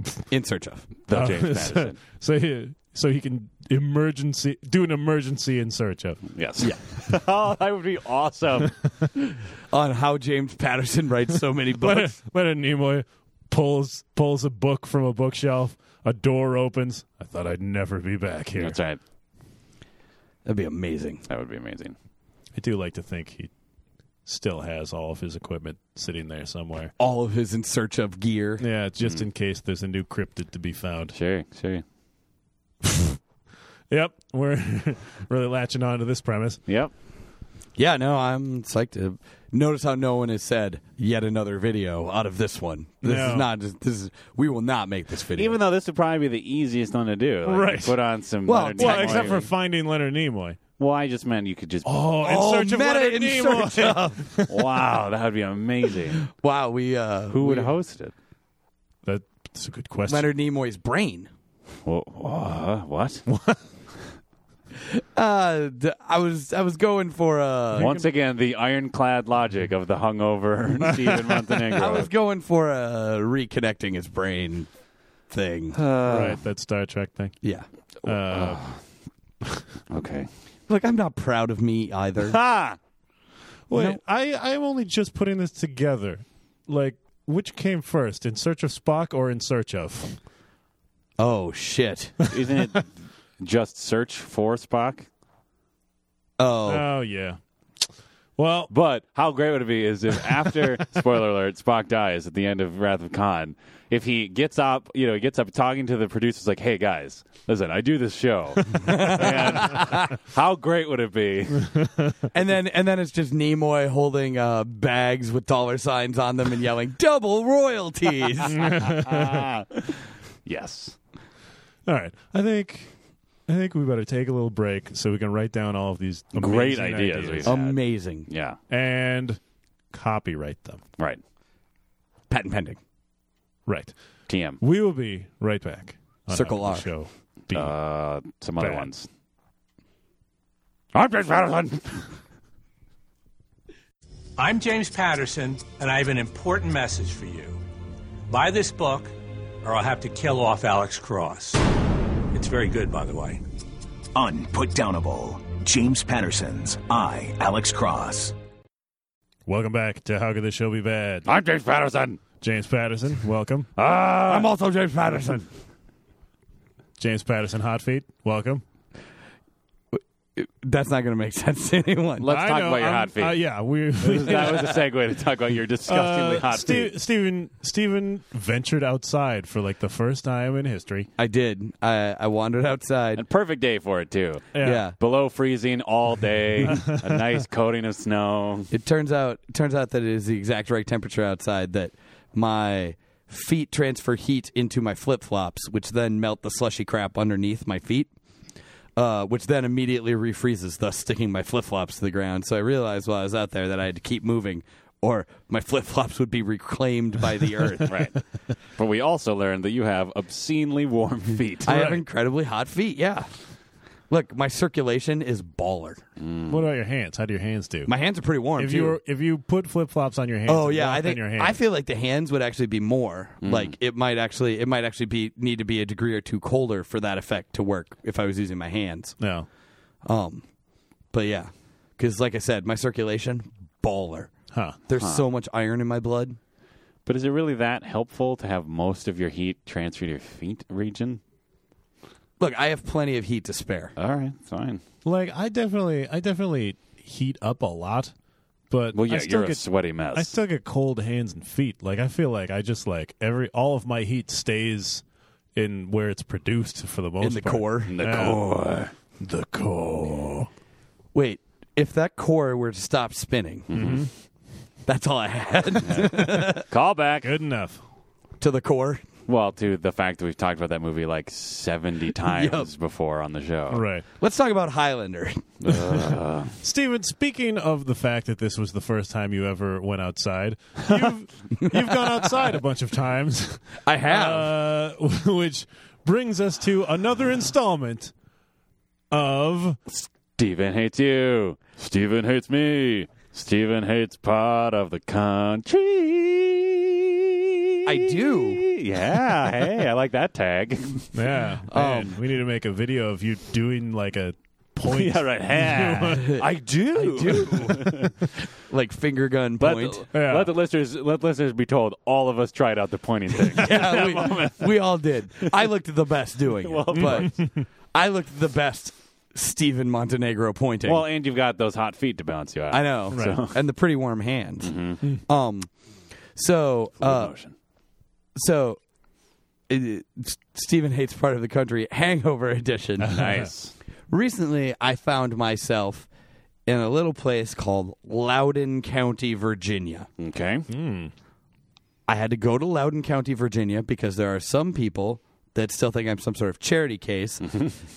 [SPEAKER 4] Oh.
[SPEAKER 1] in search of.
[SPEAKER 4] The
[SPEAKER 2] Uh,
[SPEAKER 4] James
[SPEAKER 2] so-
[SPEAKER 4] Patterson.
[SPEAKER 2] So he, so he can emergency do an emergency in search of.
[SPEAKER 4] Yes. Yeah. oh, that would be awesome.
[SPEAKER 1] on how James Patterson writes so many
[SPEAKER 2] Leonard,
[SPEAKER 1] books.
[SPEAKER 2] Leonard Nimoy pulls pulls a book from a bookshelf. A door opens. I thought I'd never be back here.
[SPEAKER 4] That's right.
[SPEAKER 1] That'd be amazing.
[SPEAKER 4] That would be amazing.
[SPEAKER 2] I do like to think he still has all of his equipment sitting there somewhere.
[SPEAKER 1] All of his in search of gear.
[SPEAKER 2] Yeah, mm. just in case there's a new cryptid to be found.
[SPEAKER 4] Sure, sure.
[SPEAKER 2] Yep, we're really latching on to this premise.
[SPEAKER 4] Yep.
[SPEAKER 1] Yeah, no, I'm psyched to notice how no one has said yet another video out of this one. This
[SPEAKER 2] No.
[SPEAKER 1] is not just this is we will not make this video.
[SPEAKER 4] Even though this would probably be the easiest one to do, Like, you
[SPEAKER 2] Right.
[SPEAKER 4] Put on some.
[SPEAKER 1] Well,
[SPEAKER 4] Leonard
[SPEAKER 2] Well,
[SPEAKER 4] Nimoy.
[SPEAKER 2] except for finding Leonard Nimoy.
[SPEAKER 4] Well, I just meant you could just.
[SPEAKER 2] Oh, in
[SPEAKER 1] Oh,
[SPEAKER 2] search of
[SPEAKER 1] meta
[SPEAKER 2] Leonard
[SPEAKER 1] in
[SPEAKER 2] Nimoy.
[SPEAKER 1] search of-
[SPEAKER 4] wow, that would be amazing.
[SPEAKER 1] wow, we uh
[SPEAKER 4] Who would
[SPEAKER 1] we-
[SPEAKER 4] host it?
[SPEAKER 2] That's a good question.
[SPEAKER 1] Leonard Nimoy's brain?
[SPEAKER 4] Wha- wha- what?
[SPEAKER 1] Uh, d- I was I was going for a
[SPEAKER 4] Once again, the ironclad logic of the hungover Stephen Montenegro.
[SPEAKER 1] I was going for a reconnecting his brain thing.
[SPEAKER 2] right, that Star Trek thing.
[SPEAKER 1] yeah.
[SPEAKER 2] Uh,
[SPEAKER 4] okay.
[SPEAKER 1] Look, I'm not proud of me either.
[SPEAKER 4] Ha!
[SPEAKER 2] Wait, I I'm only just putting this together. Like, which came first, In Search of Spock or In Search of?
[SPEAKER 1] oh shit.
[SPEAKER 4] Isn't it just search for Spock?
[SPEAKER 1] Oh.
[SPEAKER 2] Oh yeah. Well,
[SPEAKER 4] But how great would it be is if after spoiler alert, Spock dies at the end of Wrath of Khan, if he gets up, you know, he gets up talking to the producers like, "Hey guys, listen, I do this show." and how great would it be?
[SPEAKER 1] And then and then it's just Nimoy holding uh, bags with dollar signs on them and yelling double royalties.
[SPEAKER 4] Yes.
[SPEAKER 2] all right. I think I think we better take a little break so we can write down all of these amazing
[SPEAKER 4] Great ideas we've had.
[SPEAKER 1] Amazing.
[SPEAKER 4] Yeah.
[SPEAKER 2] and copyright them.
[SPEAKER 4] Right.
[SPEAKER 1] Patent pending.
[SPEAKER 2] Right.
[SPEAKER 4] TM.
[SPEAKER 2] We will be right back. on
[SPEAKER 1] Circle
[SPEAKER 2] After
[SPEAKER 1] R.
[SPEAKER 2] the Show. B.
[SPEAKER 4] Uh, some other
[SPEAKER 2] Bad.
[SPEAKER 4] ones. I'm just Patterson.
[SPEAKER 8] I'm James Patterson, and I have an important message for you. Buy this book, or I'll have to kill off Alex Cross. It's very good, by the way.
[SPEAKER 9] Unputdownable. James Patterson's I, Alex Cross.
[SPEAKER 2] Welcome back to How Could This Show Be Bad?
[SPEAKER 4] I'm James Patterson. Ah.
[SPEAKER 2] James Patterson, welcome.
[SPEAKER 4] I'm also James Patterson.
[SPEAKER 2] James Patterson, Hot Feet, welcome.
[SPEAKER 1] That's not going to make sense to anyone.
[SPEAKER 4] Let's
[SPEAKER 2] I
[SPEAKER 4] talk
[SPEAKER 2] know,
[SPEAKER 4] about your
[SPEAKER 2] I'm-
[SPEAKER 4] hot feet.
[SPEAKER 2] uh, yeah, we
[SPEAKER 4] that was a segue to talk about your disgustingly
[SPEAKER 2] Uh,
[SPEAKER 4] hot
[SPEAKER 2] Ste-
[SPEAKER 4] feet.
[SPEAKER 2] Steven, Steven ventured outside for like the first time in history.
[SPEAKER 1] I did. I I wandered outside.
[SPEAKER 4] And perfect day for it too.
[SPEAKER 1] Yeah.
[SPEAKER 4] Below freezing all day, a nice coating of snow.
[SPEAKER 1] It turns out it turns out that it is the exact right temperature outside that my feet transfer heat into my flip-flops, which then melt the slushy crap underneath my feet. Uh, which then immediately refreezes, thus sticking my flip flops to the ground. So I realized while I was out there that I had to keep moving, or my flip flops would be reclaimed by the earth.
[SPEAKER 4] Right. but we also learned that you have obscenely warm feet.
[SPEAKER 1] I have incredibly hot feet. Yeah. Look, my circulation is baller.
[SPEAKER 4] Mm.
[SPEAKER 2] What about your hands? How do your hands do?
[SPEAKER 1] My hands are pretty warm
[SPEAKER 2] if
[SPEAKER 1] too.
[SPEAKER 2] you were, if you put flip flops on your hands,
[SPEAKER 1] oh
[SPEAKER 2] and
[SPEAKER 1] yeah,
[SPEAKER 2] walked
[SPEAKER 1] I
[SPEAKER 2] on
[SPEAKER 1] think
[SPEAKER 2] your Mm. hands,
[SPEAKER 1] I feel like the hands would actually be more. Like it might actually it might actually be need to be a degree or two colder for that effect to work if I was using my hands.
[SPEAKER 2] no.
[SPEAKER 1] Um, but yeah, because like I said, my circulation baller.
[SPEAKER 2] Huh.
[SPEAKER 1] There's so much iron in my blood.
[SPEAKER 4] but is it really that helpful to have most of your heat transfer to your feet region?
[SPEAKER 1] Look, I have plenty of heat to spare.
[SPEAKER 4] All right, fine.
[SPEAKER 2] Like I definitely, I definitely heat up a lot, but
[SPEAKER 4] Well, yeah,
[SPEAKER 2] I still
[SPEAKER 4] you're a
[SPEAKER 2] get,
[SPEAKER 4] sweaty mess.
[SPEAKER 2] I still get cold hands and feet. Like I feel like I just like every all of my heat stays in where it's produced for the most
[SPEAKER 1] In the
[SPEAKER 2] part.
[SPEAKER 1] core?
[SPEAKER 4] In the
[SPEAKER 2] Yeah.
[SPEAKER 4] core.
[SPEAKER 2] the core.
[SPEAKER 1] Wait, if that core were to stop spinning,
[SPEAKER 2] Mm-hmm.
[SPEAKER 1] that's all I had
[SPEAKER 4] Call back.
[SPEAKER 2] Good enough.
[SPEAKER 1] to the core.
[SPEAKER 4] Well, to the fact that we've talked about that movie like 70 times before on the show.
[SPEAKER 2] Right.
[SPEAKER 1] Let's talk about Highlander.
[SPEAKER 2] Steven, speaking of the fact that this was the first time you ever went outside, you've, you've gone outside a bunch of times.
[SPEAKER 1] I have.
[SPEAKER 2] Uh, which brings us to another installment of
[SPEAKER 4] Steven hates you. Steven hates me. Steven hates part of the country.
[SPEAKER 1] I do.
[SPEAKER 4] Yeah. hey, I like that tag.
[SPEAKER 2] yeah. man,
[SPEAKER 4] Um,
[SPEAKER 2] we need to make a video of you doing like a point.
[SPEAKER 4] yeah, right. Yeah. I do. I
[SPEAKER 1] like finger gun
[SPEAKER 4] Let,
[SPEAKER 1] point.
[SPEAKER 2] Yeah.
[SPEAKER 4] let the listeners let listeners be told all of us tried out the pointing thing.
[SPEAKER 1] yeah, we, we all did. I looked the best doing it, but I looked the best Stephen Montenegro pointing.
[SPEAKER 4] Well, and you've got those hot feet to bounce you out.
[SPEAKER 1] I uh, know,
[SPEAKER 2] Right.
[SPEAKER 1] and the pretty warm hands. Um, so
[SPEAKER 4] Full
[SPEAKER 1] uh,
[SPEAKER 4] motion.
[SPEAKER 1] so uh, Stephen hates part of the country. Hangover edition.
[SPEAKER 4] Nice.
[SPEAKER 1] Recently, I found myself in a little place called Loudoun County, Virginia.
[SPEAKER 4] Okay.
[SPEAKER 1] I had to go to Loudoun County, Virginia, because there are some people that still think I'm some sort of charity case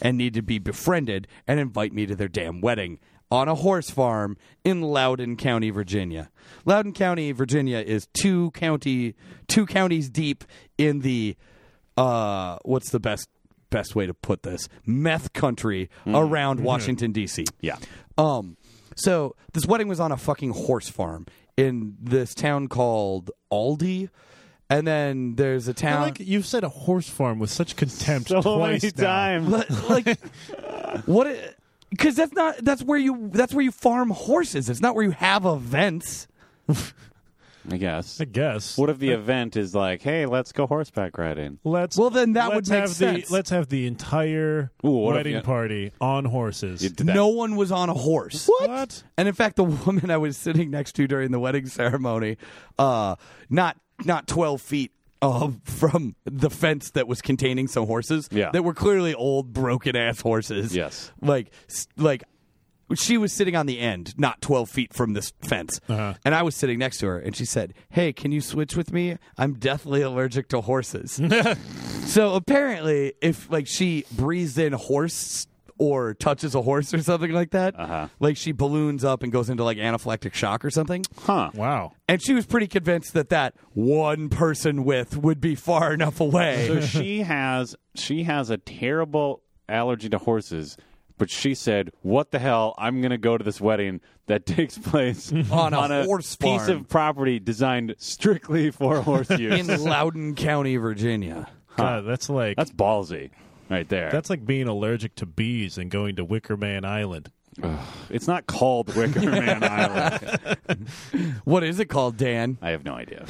[SPEAKER 1] and need to be befriended and invite me to their damn wedding on a horse farm in Loudoun County, Virginia. Loudoun County, Virginia is two county two counties deep in the uh what's the best best way to put this? Meth country around Washington D.C.
[SPEAKER 4] Yeah.
[SPEAKER 1] Um, so this wedding was on a fucking horse farm in this town called Aldi, and then there's a
[SPEAKER 2] I
[SPEAKER 1] town
[SPEAKER 2] like you've said a horse farm with such contempt
[SPEAKER 4] So
[SPEAKER 2] twice
[SPEAKER 4] many
[SPEAKER 2] now.
[SPEAKER 4] times.
[SPEAKER 1] But, like what? It, Cause that's not that's where you that's where you farm horses. It's not where you have events.
[SPEAKER 4] I guess.
[SPEAKER 2] I guess.
[SPEAKER 4] What if the event is like, hey, let's go horseback riding?
[SPEAKER 2] Let's
[SPEAKER 1] Well, then that
[SPEAKER 2] let's
[SPEAKER 1] would make
[SPEAKER 2] have
[SPEAKER 1] sense.
[SPEAKER 2] The, let's have the entire
[SPEAKER 4] Ooh, what if
[SPEAKER 2] wedding
[SPEAKER 4] you-
[SPEAKER 2] party on horses.
[SPEAKER 4] You did that.
[SPEAKER 1] No one was on a horse.
[SPEAKER 2] What?
[SPEAKER 1] And in fact, the woman I was sitting next to during the wedding ceremony, uh, not not twelve feet uh, from the fence that was containing some horses,
[SPEAKER 4] Yeah.
[SPEAKER 1] that were clearly old, broken ass horses.
[SPEAKER 4] Yes.
[SPEAKER 1] like s- like she was sitting on the end, not twelve feet from this fence,
[SPEAKER 4] Uh-huh.
[SPEAKER 1] and I was sitting next to her, and she said, "Hey, can you switch with me? I'm deathly allergic to horses." So apparently, if like she breathes in horse or touches a horse or something like that,
[SPEAKER 4] Uh-huh.
[SPEAKER 1] like she balloons up and goes into like anaphylactic shock or something.
[SPEAKER 4] Huh.
[SPEAKER 2] Wow.
[SPEAKER 1] And she was pretty convinced that that one person with would be far enough
[SPEAKER 4] So
[SPEAKER 1] away.
[SPEAKER 4] she has she has a terrible allergy to horses, but she said, "What the hell? I'm going to go to this wedding that takes place
[SPEAKER 1] On a horse
[SPEAKER 4] piece
[SPEAKER 1] farm.
[SPEAKER 4] of property designed strictly for horse use."
[SPEAKER 1] in Loudoun County, Virginia.
[SPEAKER 2] God, that's like
[SPEAKER 4] That's
[SPEAKER 2] that's,
[SPEAKER 4] ballsy, right there.
[SPEAKER 2] like being allergic to bees and going to Wicker Man Island.
[SPEAKER 4] it's not called Wicker Man Island.
[SPEAKER 1] What is it called, Dan?
[SPEAKER 4] I have no idea.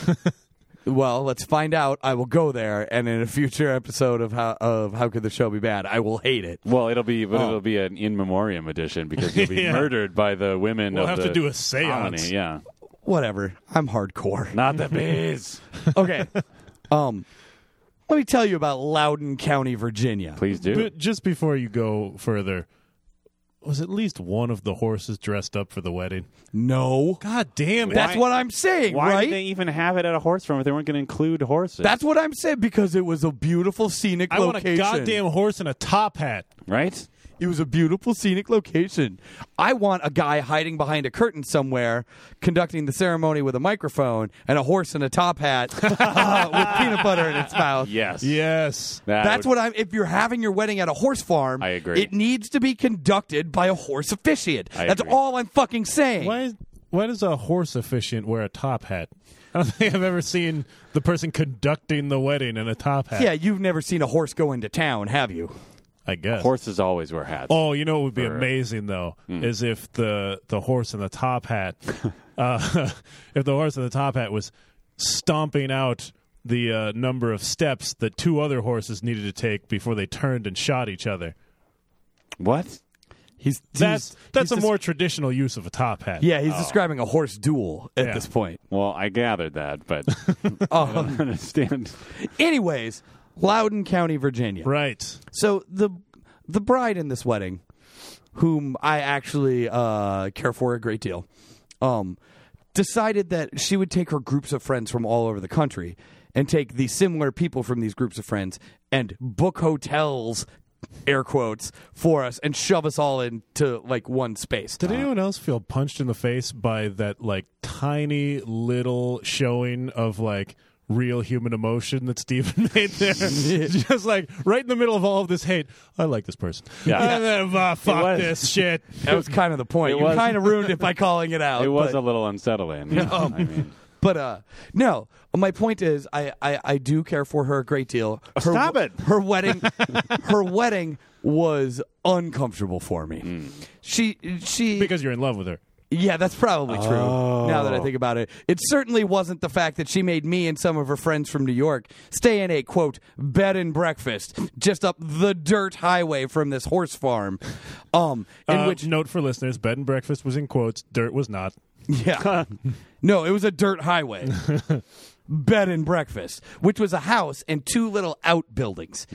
[SPEAKER 1] Well, let's find out. I will go there, and in a future episode of how of how could the show be bad, I will hate it.
[SPEAKER 4] Well, it'll be but it'll be an in memoriam edition because you'll be
[SPEAKER 2] Oh. Yeah.
[SPEAKER 4] murdered by the women.
[SPEAKER 2] We'll
[SPEAKER 4] of
[SPEAKER 2] have to
[SPEAKER 4] the
[SPEAKER 2] do a seance.
[SPEAKER 4] colony, Yeah,
[SPEAKER 1] Whatever. I'm hardcore.
[SPEAKER 4] not the bees.
[SPEAKER 1] Okay. um, let me tell you about Loudoun County, Virginia.
[SPEAKER 4] Please do.
[SPEAKER 2] But just before you go further, was at least one of the horses dressed up for the wedding?
[SPEAKER 1] No.
[SPEAKER 2] God damn it!
[SPEAKER 1] That's what I'm saying,
[SPEAKER 4] Why
[SPEAKER 1] right?
[SPEAKER 4] did they even have it at a horse farm if they weren't going to include horses?
[SPEAKER 1] That's what I'm saying because it was a beautiful scenic
[SPEAKER 2] I want a
[SPEAKER 1] location.
[SPEAKER 2] goddamn horse and a top hat.
[SPEAKER 4] right.
[SPEAKER 1] It was a beautiful scenic location. I want a guy hiding behind a curtain somewhere conducting the ceremony with a microphone and a horse in a top hat uh, with peanut butter in its mouth.
[SPEAKER 4] Yes.
[SPEAKER 2] Yes.
[SPEAKER 4] That
[SPEAKER 1] That's what
[SPEAKER 4] would-
[SPEAKER 1] I'm. If you're having your wedding at a horse farm,
[SPEAKER 4] I agree.
[SPEAKER 1] It needs to be conducted by a horse officiant.
[SPEAKER 4] I
[SPEAKER 1] That's
[SPEAKER 4] agree.
[SPEAKER 1] all I'm fucking saying.
[SPEAKER 2] Why? Is, why does a horse officiant wear a top hat? I don't think I've ever seen the person conducting the wedding in a top hat.
[SPEAKER 1] Yeah, you've never seen a horse go into town, have you?
[SPEAKER 2] I guess.
[SPEAKER 4] horses always wear hats.
[SPEAKER 2] Oh, you know what would be amazing though
[SPEAKER 1] Hmm.
[SPEAKER 2] is if the the horse in the top hat, uh, if the horse in the top hat was stomping out the uh, number of steps that two other horses needed to take before they turned and shot each other.
[SPEAKER 4] What?
[SPEAKER 1] He's
[SPEAKER 2] That's
[SPEAKER 1] he's-
[SPEAKER 2] that's
[SPEAKER 1] he's
[SPEAKER 2] a
[SPEAKER 1] des-
[SPEAKER 2] more traditional use of a top hat.
[SPEAKER 1] yeah.
[SPEAKER 4] Oh.
[SPEAKER 1] He's describing a horse duel at
[SPEAKER 2] Yeah.
[SPEAKER 1] this point.
[SPEAKER 4] Well, I gathered that, but I
[SPEAKER 1] Um,
[SPEAKER 4] don't understand.
[SPEAKER 1] anyways, Loudoun County, Virginia.
[SPEAKER 2] Right.
[SPEAKER 1] So the the bride in this wedding, whom I actually uh, care for a great deal, um, decided that she would take her groups of friends from all over the country and take the similar people from these groups of friends and book hotels, air quotes, for us and shove us all into like one space.
[SPEAKER 2] Did anyone else feel punched in the face by that like tiny little showing of like real human emotion that Stephen made there? Just like right in the middle of all of this hate, I like this person.
[SPEAKER 4] Yeah.
[SPEAKER 2] And then, "Ah, fuck
[SPEAKER 4] was.
[SPEAKER 2] this shit.
[SPEAKER 1] That was kind of the point.
[SPEAKER 4] It
[SPEAKER 1] you
[SPEAKER 4] was-
[SPEAKER 1] kind of ruined it by calling it out.
[SPEAKER 4] It was
[SPEAKER 1] but,
[SPEAKER 4] a little unsettling. I mean,
[SPEAKER 1] but uh, no. My point is, I, I I do care for her a great deal. Her,
[SPEAKER 4] Stop it.
[SPEAKER 1] Her wedding, her wedding was uncomfortable for me. She she
[SPEAKER 2] Because you're in love with her.
[SPEAKER 1] yeah, that's probably true. Now that I think about it, it certainly wasn't the fact that she made me and some of her friends from New York stay in a quote bed and breakfast just up the dirt highway from this horse farm. Um, in
[SPEAKER 2] Uh,
[SPEAKER 1] which
[SPEAKER 2] note for listeners, bed and breakfast was in quotes, dirt was not.
[SPEAKER 1] Yeah. no, it was a dirt highway.
[SPEAKER 2] Mm-hmm.
[SPEAKER 1] Bed and breakfast, which was a house and two little outbuildings.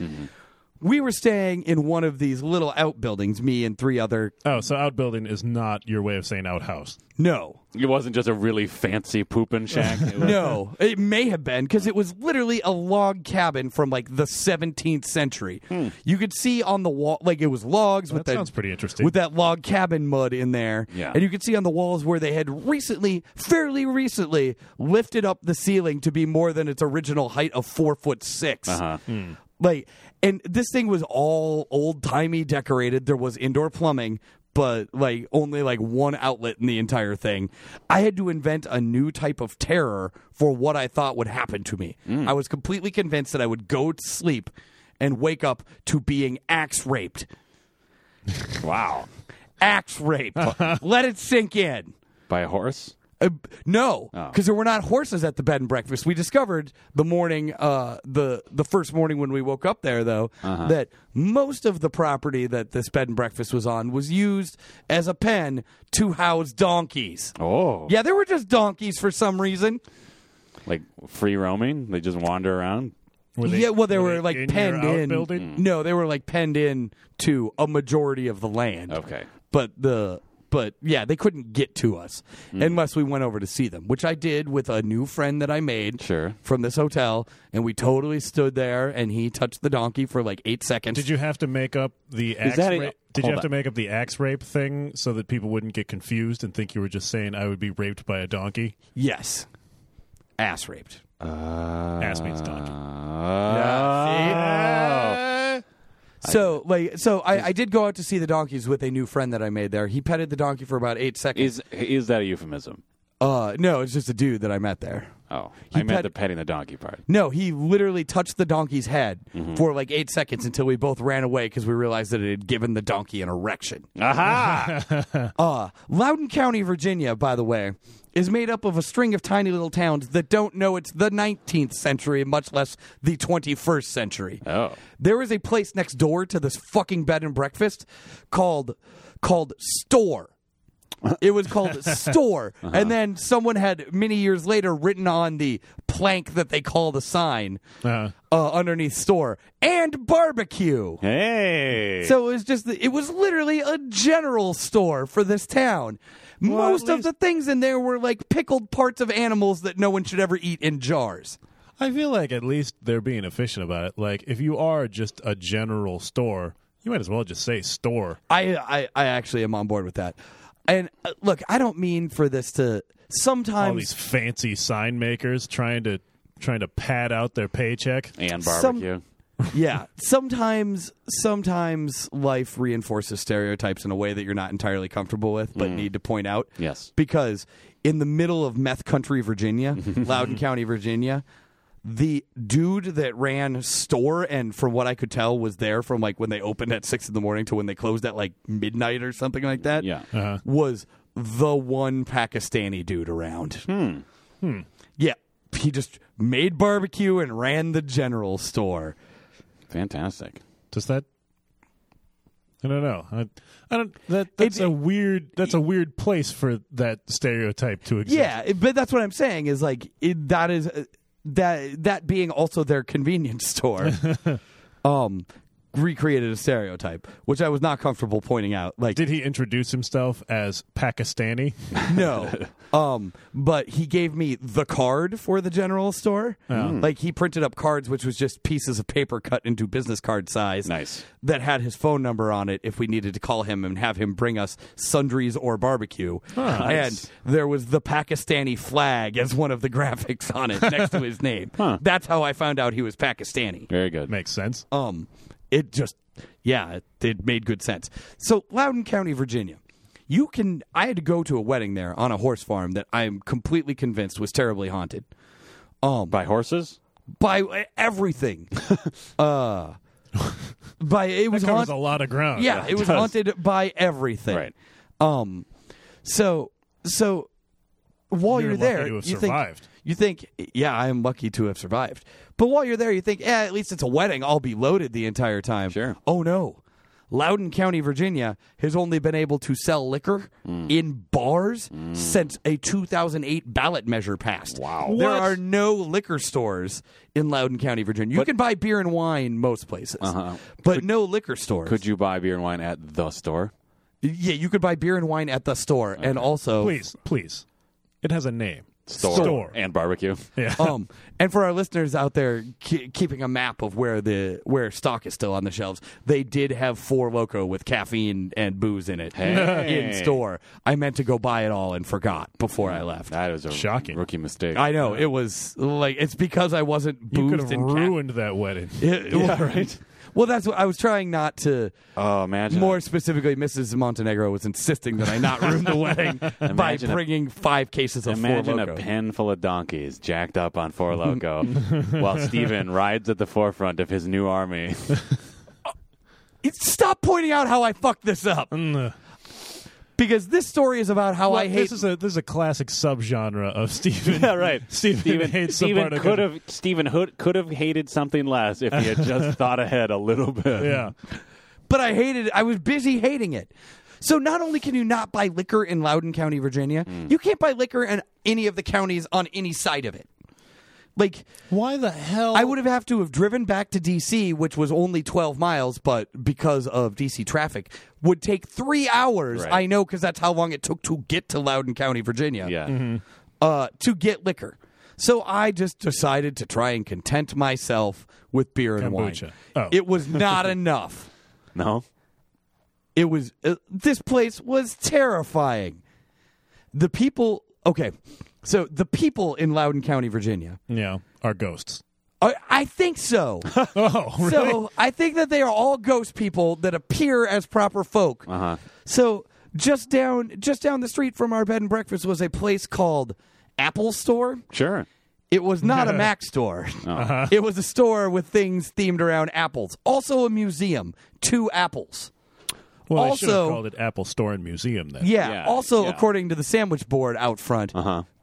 [SPEAKER 1] we were staying in one of these little outbuildings, me and three other.
[SPEAKER 2] Oh, so outbuilding is not your way of saying outhouse.
[SPEAKER 1] No.
[SPEAKER 4] It wasn't just a really fancy pooping shack. It was-
[SPEAKER 1] No, it may have been because it was literally a log cabin from like the 17th century. You could see on the wall, like it was logs with
[SPEAKER 2] Hmm. that
[SPEAKER 1] the-
[SPEAKER 2] sounds pretty interesting.
[SPEAKER 1] with that log cabin mud in there.
[SPEAKER 4] Yeah.
[SPEAKER 1] and you could see on the walls where they had recently, fairly recently, lifted up the ceiling to be more than its original height of four foot 6
[SPEAKER 4] Uh-huh.
[SPEAKER 1] Like, and this thing was all old timey decorated. There was indoor plumbing, but like only like one outlet in the entire thing. I had to invent a new type of terror for what I thought would happen to me.
[SPEAKER 4] Hmm.
[SPEAKER 1] I was completely convinced that I would go to sleep and wake up to being axe raped.
[SPEAKER 4] Wow.
[SPEAKER 1] Axe raped. Let it sink in.
[SPEAKER 4] By a horse?
[SPEAKER 1] Uh, no,
[SPEAKER 4] Oh.
[SPEAKER 1] because there were not horses at the bed and breakfast. We discovered the morning, uh, the the first morning when we woke up there, though, that most of the property that this bed and breakfast was on was used as a pen to house donkeys.
[SPEAKER 4] Oh.
[SPEAKER 1] Yeah, there were just donkeys for some reason.
[SPEAKER 4] Like free roaming? They just wander around?
[SPEAKER 2] they-
[SPEAKER 1] yeah, well, they were,
[SPEAKER 2] they
[SPEAKER 1] like
[SPEAKER 2] in your
[SPEAKER 1] penned in.
[SPEAKER 2] outbuilding?
[SPEAKER 1] No, they were like penned in to a majority of the land.
[SPEAKER 4] Okay.
[SPEAKER 1] but the but yeah, they couldn't get to us
[SPEAKER 4] Mm.
[SPEAKER 1] unless we went over to see them, which I did with a new friend that I made
[SPEAKER 4] Sure.
[SPEAKER 1] from this hotel, and we totally stood there, and he touched the donkey for like eight seconds.
[SPEAKER 2] Did you have to make up the axe
[SPEAKER 4] that a-
[SPEAKER 2] rape? Did you
[SPEAKER 4] hold
[SPEAKER 2] have to
[SPEAKER 4] on.
[SPEAKER 2] make up the axe rape thing so that people wouldn't get confused and think you were just saying I would be raped by a donkey?
[SPEAKER 1] yes, ass raped.
[SPEAKER 2] Ass means donkey.
[SPEAKER 1] Uh,
[SPEAKER 2] Oh.
[SPEAKER 1] So like so I, I did go out to see the donkeys with a new friend that I made there. He petted the donkey for about eight seconds.
[SPEAKER 4] Is is that a euphemism?
[SPEAKER 1] uh no, it's just a dude that I met there.
[SPEAKER 4] Oh.
[SPEAKER 1] He
[SPEAKER 4] I meant
[SPEAKER 1] pet-
[SPEAKER 4] the petting the donkey part.
[SPEAKER 1] No, he literally touched the donkey's head for like eight seconds until we both ran away because we realized that it had given the donkey an erection.
[SPEAKER 4] Aha!
[SPEAKER 1] Uh, Loudoun County, Virginia, by the way, is made up of a string of tiny little towns that don't know it's the 19th century, much less the 21st century.
[SPEAKER 4] Oh.
[SPEAKER 1] There is a place next door to this fucking bed and breakfast called called Store. It was called Store. And then someone had many years later written on the plank that they call the sign
[SPEAKER 2] Uh,
[SPEAKER 1] uh, underneath Store and barbecue.
[SPEAKER 4] hey.
[SPEAKER 1] So it was just, the, it was literally a general store for this town. Most of
[SPEAKER 2] least-
[SPEAKER 1] the things in there were like pickled parts of animals that no one should ever eat in jars.
[SPEAKER 2] I feel like at least they're being efficient about it. Like if you are just a general store, you might as well just say store.
[SPEAKER 1] I, I, I actually am on board with that. And uh, look, I don't mean for this to
[SPEAKER 2] All
[SPEAKER 1] sometimes
[SPEAKER 2] these fancy sign makers trying to trying to pad out their paycheck.
[SPEAKER 4] and
[SPEAKER 1] some-
[SPEAKER 4] barbecue.
[SPEAKER 1] yeah sometimes sometimes life reinforces stereotypes in a way that you're not entirely comfortable with but need to point out
[SPEAKER 4] Mm. Yes.
[SPEAKER 1] because in the middle of meth country virginia loudon county virginia the dude that ran store and from what i could tell was there from like when they opened at six in the morning to when they closed at like midnight or something like that
[SPEAKER 4] Yeah.
[SPEAKER 1] was the one pakistani dude around yeah he just made barbecue and ran the general store
[SPEAKER 4] Fantastic.
[SPEAKER 2] Does that? I don't know. I, I don't. That that's
[SPEAKER 1] It-
[SPEAKER 2] a weird. That's a weird place for that stereotype to exist.
[SPEAKER 1] Yeah, it- but that's what I'm saying is like it, that is uh, that that being also their convenience store. um recreated a stereotype which i was not comfortable pointing out like
[SPEAKER 2] Did he introduce himself as Pakistani?
[SPEAKER 1] no um but he gave me the card for the general store
[SPEAKER 4] Oh. Hmm.
[SPEAKER 1] like he printed up cards which was just pieces of paper cut into business card size
[SPEAKER 4] Nice.
[SPEAKER 1] that had his phone number on it if we needed to call him and have him bring us sundries or barbecue.
[SPEAKER 4] Oh, Nice.
[SPEAKER 1] And there was the Pakistani flag as one of the graphics on it next to his name. That's how I found out he was Pakistani.
[SPEAKER 4] Very good.
[SPEAKER 2] Makes sense.
[SPEAKER 1] Um, it just, yeah, it, it made good sense. So, Loudoun County, Virginia. You can. I had to go to a wedding there on a horse farm that I am completely convinced was terribly haunted
[SPEAKER 4] By horses?
[SPEAKER 1] by everything. uh, by it was
[SPEAKER 2] That covers
[SPEAKER 1] haunted.
[SPEAKER 2] a lot of ground.
[SPEAKER 1] Yeah, it was
[SPEAKER 4] does.
[SPEAKER 1] haunted by everything.
[SPEAKER 4] Right.
[SPEAKER 1] Um. So so while
[SPEAKER 2] You're
[SPEAKER 1] you're,
[SPEAKER 2] lucky
[SPEAKER 1] there,
[SPEAKER 2] to have
[SPEAKER 1] you
[SPEAKER 2] survived.
[SPEAKER 1] think you think, yeah, I am lucky to have eh, survived. But while you're there, you think, yeah, at least it's a wedding. I'll be loaded the entire time.
[SPEAKER 4] Sure.
[SPEAKER 1] Oh no. Loudoun County, Virginia, has only been able to sell liquor in bars since a 2008 ballot measure passed. Wow. There
[SPEAKER 4] What?
[SPEAKER 1] are no liquor stores in Loudoun County, Virginia. You can buy beer and wine most places, but no liquor stores.
[SPEAKER 4] Could you buy beer and wine at the store?
[SPEAKER 1] yeah, you could buy beer and wine at the store and also
[SPEAKER 2] Please, please. It has a name.
[SPEAKER 4] Store,
[SPEAKER 2] Store.
[SPEAKER 4] and barbecue.
[SPEAKER 2] Yeah.
[SPEAKER 1] um, and for our listeners out there ke- keeping a map of where the where stock is still on the shelves, they did have four loco with caffeine and booze in it
[SPEAKER 4] Hey.
[SPEAKER 1] in store. I meant to go buy it all and forgot before I left.
[SPEAKER 4] That is a
[SPEAKER 2] Shocking.
[SPEAKER 4] rookie mistake.
[SPEAKER 1] I know it was like it's because I wasn't
[SPEAKER 2] you
[SPEAKER 1] boozed
[SPEAKER 2] could have
[SPEAKER 1] and ca-
[SPEAKER 2] ruined that wedding.
[SPEAKER 1] It- well, right. Well, that's what I was trying not to.
[SPEAKER 4] oh, imagine
[SPEAKER 1] More specifically, Mrs. Montenegro was insisting that I not ruin the wedding by
[SPEAKER 4] Imagine a-
[SPEAKER 1] bringing five cases of
[SPEAKER 4] Imagine
[SPEAKER 1] Four
[SPEAKER 4] a
[SPEAKER 1] Loko.
[SPEAKER 4] pen full of donkeys jacked up on Four Loco while Steven rides at the forefront of his new army.
[SPEAKER 1] Stop pointing out how I fucked this up.
[SPEAKER 2] Mm.
[SPEAKER 1] because this story is about how Oh, I
[SPEAKER 2] Look,
[SPEAKER 1] hate.
[SPEAKER 2] This is a this is a classic subgenre of Stephen. Stephen, hates some part of
[SPEAKER 4] could have Steven Hood could have hated something less if he had just thought ahead a little bit.
[SPEAKER 2] Yeah.
[SPEAKER 1] but I hated it. I was busy hating it. So not only can you not buy liquor in Loudoun County, Virginia,
[SPEAKER 2] Mm.
[SPEAKER 1] you can't buy liquor in any of the counties on any side of it. Like
[SPEAKER 2] Why the hell?
[SPEAKER 4] Oh.
[SPEAKER 1] I would have have to have driven back to DC, which was only 12 miles, but because of DC traffic, would take three hours.
[SPEAKER 4] Right.
[SPEAKER 1] I know because that's how long it took to get to Loudoun County, Virginia.
[SPEAKER 4] Yeah.
[SPEAKER 2] Mm-hmm.
[SPEAKER 1] uh, to get liquor. So I just decided to try and content myself with beer and
[SPEAKER 2] Kombucha.
[SPEAKER 1] wine.
[SPEAKER 2] Oh.
[SPEAKER 1] It was not enough.
[SPEAKER 4] No.
[SPEAKER 1] It was uh, this place was terrifying. The people, okay, so the people in Loudoun County, Virginia,
[SPEAKER 2] Yeah. Are ghosts.
[SPEAKER 1] I, Uh, I think so.
[SPEAKER 2] Oh, really?
[SPEAKER 1] So I think that they are all ghost people that appear as proper folk. Uh-huh. So just down just down the street from our bed and breakfast was a place called Apple Store.
[SPEAKER 4] Sure.
[SPEAKER 1] It was not a Mac store.
[SPEAKER 2] Oh.
[SPEAKER 1] It was a store with things themed around apples. Also a museum, two apples.
[SPEAKER 2] well, I should have
[SPEAKER 1] also-
[SPEAKER 2] called it Apple Store and Museum then.
[SPEAKER 1] Yeah.
[SPEAKER 4] Yeah,
[SPEAKER 1] also,
[SPEAKER 4] yeah. Uh-huh.
[SPEAKER 1] according to the sandwich board out front,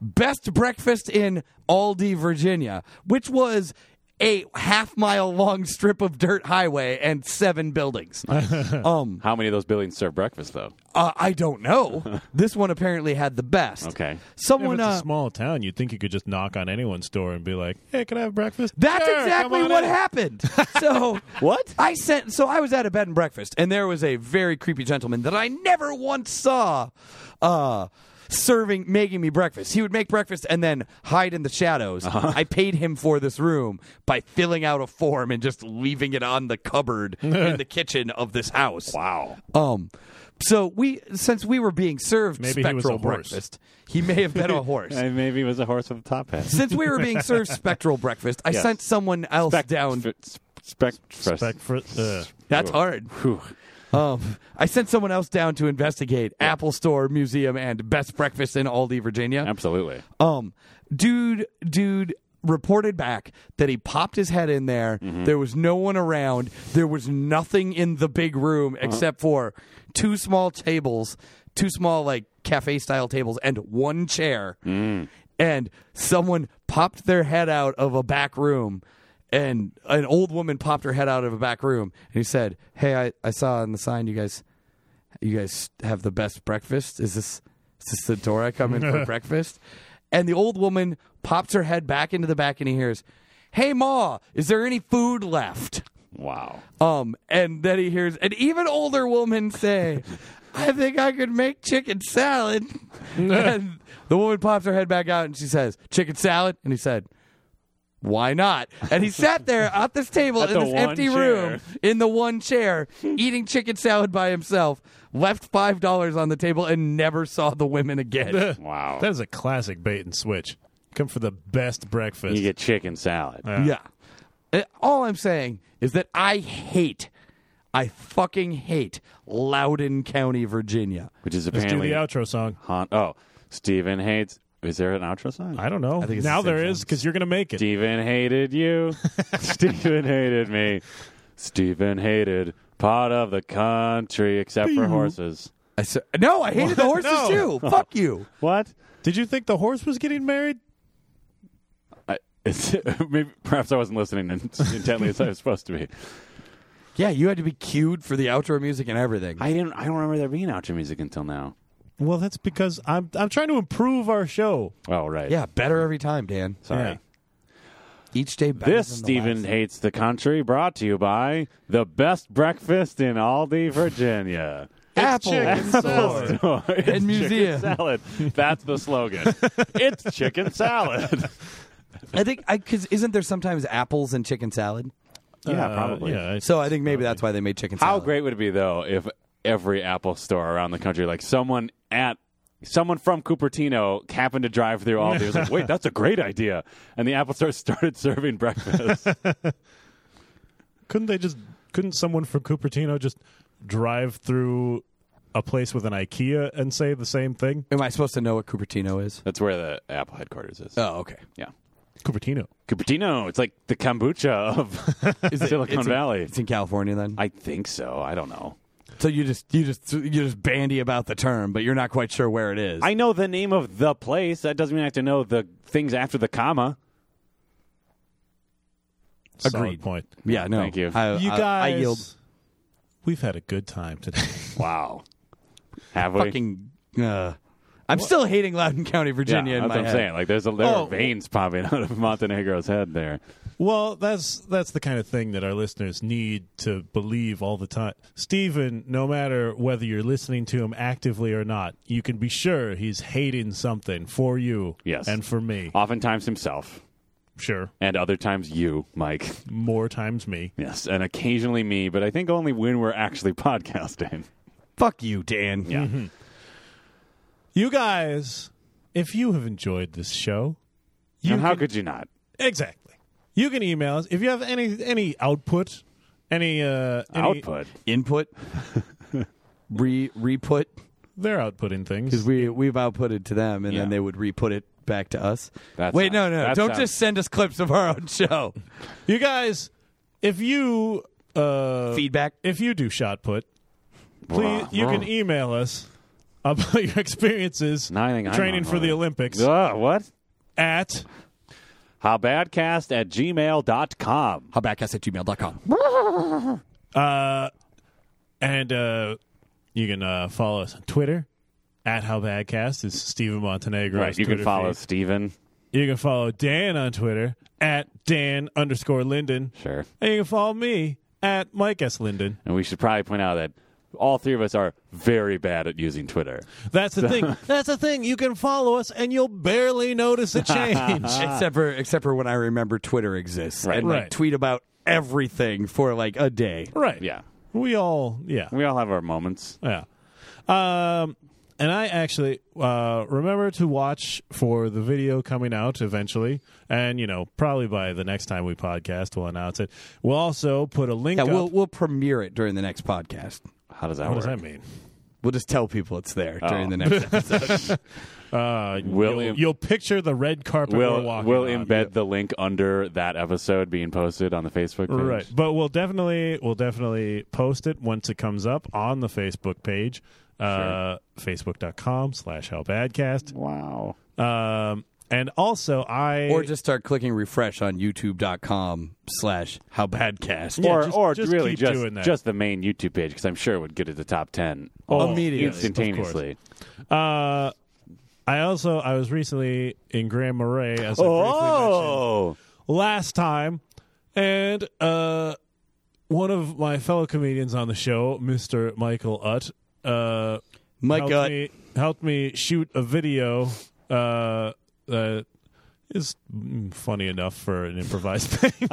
[SPEAKER 1] best breakfast in Aldi, Virginia, which was a half mile long strip of dirt highway and seven buildings. um,
[SPEAKER 4] How many of those buildings serve breakfast though?
[SPEAKER 1] uh, I don't know. this one apparently had the best.
[SPEAKER 4] Okay.
[SPEAKER 2] If
[SPEAKER 1] Someone
[SPEAKER 2] it's
[SPEAKER 1] uh,
[SPEAKER 2] a small town, you'd think you could just knock on anyone's door and be like, "Hey, can I have breakfast?"
[SPEAKER 1] That's
[SPEAKER 2] Sure,
[SPEAKER 1] exactly
[SPEAKER 2] come on
[SPEAKER 1] what
[SPEAKER 2] in.
[SPEAKER 1] happened. So
[SPEAKER 4] What?
[SPEAKER 1] I sent. So I was at a bed and breakfast, and there was a very creepy gentleman that I never once saw, uh, serving, making me breakfast. He would make breakfast and then hide in the shadows.
[SPEAKER 2] Uh-huh.
[SPEAKER 1] I paid him for this room by filling out a form and just leaving it on the cupboard in the kitchen of this house.
[SPEAKER 4] Wow.
[SPEAKER 1] Um, so we, since we were being served
[SPEAKER 2] Maybe he was
[SPEAKER 1] spectral
[SPEAKER 2] a horse.
[SPEAKER 1] breakfast, he may have been a horse
[SPEAKER 4] And maybe it was a horse with a top hat.
[SPEAKER 1] since we were being served spectral breakfast, I
[SPEAKER 4] Yes.
[SPEAKER 1] sent someone else
[SPEAKER 4] Spec-
[SPEAKER 1] down.
[SPEAKER 4] sp- Spec. Spec.
[SPEAKER 2] Back for- uh,
[SPEAKER 1] That's hard.
[SPEAKER 4] Whew.
[SPEAKER 1] Um, I sent someone else down to investigate Apple Store, Museum, and Best Breakfast in Aldi, Virginia.
[SPEAKER 4] Absolutely.
[SPEAKER 2] Uh,
[SPEAKER 1] Um, dude, dude reported back that he popped his head in there. There was no one around. There was nothing in the big room except for two small tables, two small like cafe style tables, and one chair. And someone popped their head out of a back room. And an old woman popped her head out of a back room, and he said, "Hey, I, I saw on the sign you guys you guys have the best breakfast. Is this is this the door I come in for breakfast? And the old woman pops her head back into the back and he hears, Hey Ma, is there any food left?
[SPEAKER 4] Wow.
[SPEAKER 1] Um, and then he hears an even older woman say, I think I could make chicken salad. and the woman pops her head back out and she says, Chicken salad? And he said, why not? And he sat there at this table
[SPEAKER 4] At
[SPEAKER 1] in
[SPEAKER 4] the
[SPEAKER 1] this
[SPEAKER 4] one
[SPEAKER 1] empty
[SPEAKER 4] chair.
[SPEAKER 1] room in the one chair eating chicken salad by himself, left $5 on the table and never saw the women again.
[SPEAKER 4] Wow.
[SPEAKER 2] that is a classic bait and switch. Come for the best breakfast.
[SPEAKER 4] you get chicken salad.
[SPEAKER 1] yeah. Uh, All I'm saying is that I hate, I fucking hate Loudoun County, Virginia.
[SPEAKER 4] Which is
[SPEAKER 2] Let's do
[SPEAKER 4] apparently
[SPEAKER 2] the outro song.
[SPEAKER 4] haunt- Oh, Steven hates. Is there an outro song?
[SPEAKER 2] I don't know.
[SPEAKER 1] think it's
[SPEAKER 2] now
[SPEAKER 1] the same
[SPEAKER 2] there
[SPEAKER 1] song.
[SPEAKER 2] is because you're gonna make it.
[SPEAKER 4] Steven hated you. Steven hated me. Steven hated part of the country except for horses.
[SPEAKER 1] I said, no, I hated the
[SPEAKER 2] What?
[SPEAKER 1] horses
[SPEAKER 2] No.
[SPEAKER 1] too. Fuck you.
[SPEAKER 4] What?
[SPEAKER 2] Did you think the horse was getting married?
[SPEAKER 4] I, it's, maybe, perhaps I wasn't listening in- intently as I was supposed to be.
[SPEAKER 1] Yeah, you had to be cued for the outro music and everything.
[SPEAKER 4] I didn't. I don't remember there being outro music until now.
[SPEAKER 2] Well, that's because I'm I'm trying to improve our show.
[SPEAKER 4] Oh right.
[SPEAKER 1] Yeah, better every time, Dan.
[SPEAKER 4] Sorry.
[SPEAKER 2] Yeah.
[SPEAKER 1] Each day better.
[SPEAKER 4] This
[SPEAKER 1] than the
[SPEAKER 4] Stephen
[SPEAKER 1] last.
[SPEAKER 4] Hates the Country brought to you by the best breakfast in Aldi, Virginia.
[SPEAKER 1] Apple.
[SPEAKER 4] Apple store. It's chicken
[SPEAKER 1] museum.
[SPEAKER 4] salad. That's the slogan. it's chicken salad.
[SPEAKER 1] I think I because isn't there sometimes apples and chicken salad?
[SPEAKER 4] Yeah,
[SPEAKER 2] Uh,
[SPEAKER 4] probably.
[SPEAKER 2] yeah, I-
[SPEAKER 1] So I think maybe that's why they made chicken
[SPEAKER 4] How
[SPEAKER 1] salad.
[SPEAKER 4] great would it be though if every Apple store around the country, like someone at someone from Cupertino happened to drive through Aldi, was like, "Wait, that's a great idea," and the Apple store started serving breakfast.
[SPEAKER 2] Couldn't they just? Couldn't someone from Cupertino just drive through a place with an IKEA and say the same thing?
[SPEAKER 1] Am I supposed to know what Cupertino is?
[SPEAKER 4] that's where the Apple headquarters is.
[SPEAKER 1] Oh, okay.
[SPEAKER 4] Yeah.
[SPEAKER 2] Cupertino.
[SPEAKER 4] Cupertino. It's like the kombucha of
[SPEAKER 1] Is it-
[SPEAKER 4] Silicon
[SPEAKER 1] it's in-
[SPEAKER 4] Valley.
[SPEAKER 1] it's in California then.
[SPEAKER 4] I think so. I don't know.
[SPEAKER 1] so you just you just you just bandy about the term, but you're not quite sure where it is.
[SPEAKER 4] I know the name of the place. That doesn't mean I have to know the things after the comma.
[SPEAKER 1] Agreed.
[SPEAKER 2] Solid point.
[SPEAKER 1] yeah, no.
[SPEAKER 4] Thank you.
[SPEAKER 1] I,
[SPEAKER 2] You
[SPEAKER 1] I-
[SPEAKER 2] guys,
[SPEAKER 1] I yield.
[SPEAKER 2] we've had a good time today.
[SPEAKER 4] Wow. Have we?
[SPEAKER 1] Fucking. Uh, I'm still hating Loudoun County,
[SPEAKER 4] yeah,
[SPEAKER 1] Virginia.
[SPEAKER 4] that's
[SPEAKER 1] in my
[SPEAKER 4] what I'm
[SPEAKER 1] head.
[SPEAKER 4] saying. Like there's a, there
[SPEAKER 1] Oh.
[SPEAKER 4] are veins popping out of Montenegro's head there.
[SPEAKER 2] well, that's that's the kind of thing that our listeners need to believe all the time. Steven, no matter whether you're listening to him actively or not, you can be sure he's hating something for you
[SPEAKER 4] Yes.
[SPEAKER 2] and for me.
[SPEAKER 1] Uh,
[SPEAKER 4] Oftentimes himself,
[SPEAKER 2] Sure.
[SPEAKER 4] and other times you, Mike.
[SPEAKER 2] More times me.
[SPEAKER 4] Yes, and occasionally me, but I think only when we're actually podcasting.
[SPEAKER 1] Fuck you, Dan. Mm-hmm.
[SPEAKER 4] Yeah.
[SPEAKER 2] You guys, if you have enjoyed this show, you
[SPEAKER 4] and how
[SPEAKER 2] can-
[SPEAKER 4] could you not?
[SPEAKER 2] exactly. You can email us if you have any any output, any uh any,
[SPEAKER 4] Output.
[SPEAKER 1] Input. Re reput
[SPEAKER 2] They're outputting
[SPEAKER 1] because
[SPEAKER 2] things.
[SPEAKER 1] we we've outputted to them and then
[SPEAKER 4] Yeah.
[SPEAKER 1] they would re-put it back to us.
[SPEAKER 4] That
[SPEAKER 1] Wait, no,
[SPEAKER 4] sounds-
[SPEAKER 1] no,
[SPEAKER 4] that
[SPEAKER 1] don't
[SPEAKER 4] sounds-
[SPEAKER 1] just send us clips of our own show.
[SPEAKER 2] You guys, if you uh
[SPEAKER 1] Feedback.
[SPEAKER 2] if you do shot put, please you can email us about your experiences
[SPEAKER 4] Now I think I'm
[SPEAKER 2] training
[SPEAKER 4] on
[SPEAKER 2] for the
[SPEAKER 4] one.
[SPEAKER 2] Olympics
[SPEAKER 4] Ah, what?
[SPEAKER 2] at
[SPEAKER 4] Howbadcast at gmail.com.
[SPEAKER 1] Howbackcast at gmail.com.
[SPEAKER 2] Uh, and uh, you can uh, follow us on Twitter at How Badcast is Stephen Montenegro.
[SPEAKER 4] Right, you can follow Steven.
[SPEAKER 2] You can follow Dan on Twitter at Dan underscore Linden,
[SPEAKER 4] Sure.
[SPEAKER 2] and you can follow me at Mike S Linden.
[SPEAKER 4] And we should probably point out that all three of us are very bad at using Twitter.
[SPEAKER 2] That's the thing. That's the thing. You can follow us, and you'll barely notice a change.
[SPEAKER 1] except for except for when I remember Twitter exists
[SPEAKER 4] Right.
[SPEAKER 1] and like,
[SPEAKER 2] Right.
[SPEAKER 1] tweet about everything for like a day.
[SPEAKER 2] right?
[SPEAKER 4] Yeah.
[SPEAKER 2] We all. Yeah.
[SPEAKER 4] We all have our moments.
[SPEAKER 2] Yeah. Um, and I actually uh, remember to watch for the video coming out eventually, and you know probably by the next time we podcast, we'll announce it. We'll also put a link.
[SPEAKER 1] Yeah,
[SPEAKER 2] up.
[SPEAKER 1] we'll we'll premiere it during the next podcast.
[SPEAKER 4] How does that
[SPEAKER 2] what
[SPEAKER 4] work?
[SPEAKER 2] does that mean?
[SPEAKER 1] We'll just tell people it's there during the next episode.
[SPEAKER 2] Uh,
[SPEAKER 4] We'll
[SPEAKER 2] you'll,
[SPEAKER 4] em-
[SPEAKER 2] you'll picture the red carpet we're
[SPEAKER 4] We'll,
[SPEAKER 2] walking.
[SPEAKER 4] we'll
[SPEAKER 2] on.
[SPEAKER 4] embed the link under that episode being posted on the Facebook page.
[SPEAKER 2] Right, but we'll definitely we'll definitely post it once it comes up on the Facebook page, uh, facebook.com slash hellbadcast.
[SPEAKER 4] Wow.
[SPEAKER 2] Um, and also I
[SPEAKER 1] or just start clicking refresh on youtube.com slash howbadcast.
[SPEAKER 2] Yeah,
[SPEAKER 4] or
[SPEAKER 2] just-
[SPEAKER 4] or
[SPEAKER 2] just
[SPEAKER 4] really
[SPEAKER 2] keep
[SPEAKER 4] just
[SPEAKER 2] doing that.
[SPEAKER 4] just the main YouTube page because I'm sure it would get it to top ten
[SPEAKER 2] Oh,
[SPEAKER 1] Immediately.
[SPEAKER 4] instantaneously.
[SPEAKER 2] Uh, I also I was recently in Grand Marais as I briefly mentioned
[SPEAKER 4] Oh,
[SPEAKER 2] last time, and uh, one of my fellow comedians on the show, Mr. Michael Utt, uh,
[SPEAKER 1] My
[SPEAKER 2] helped
[SPEAKER 1] gut.
[SPEAKER 2] me, helped me shoot a video uh, that is mm, funny enough for an improvised thing.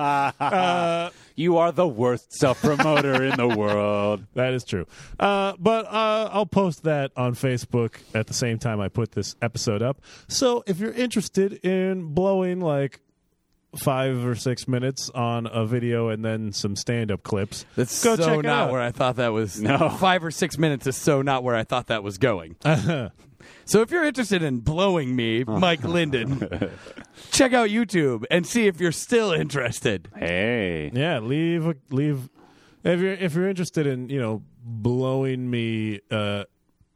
[SPEAKER 4] you are the worst self promoter in the world.
[SPEAKER 2] That is true. Uh, but uh, I'll post that on Facebook at the same time I put this episode up. So if you're interested in blowing like five or six minutes on a video and then some stand up clips,
[SPEAKER 1] That's
[SPEAKER 2] go
[SPEAKER 1] so
[SPEAKER 2] check it
[SPEAKER 1] not
[SPEAKER 2] out.
[SPEAKER 1] where I thought that was.
[SPEAKER 4] No.
[SPEAKER 1] Five or six minutes is so not where I thought that was going. so if you're interested in blowing me, Mike Linden, check out YouTube and see if you're still interested.
[SPEAKER 4] Hey,
[SPEAKER 2] yeah, leave a, leave if you're if you're interested in you know blowing me uh,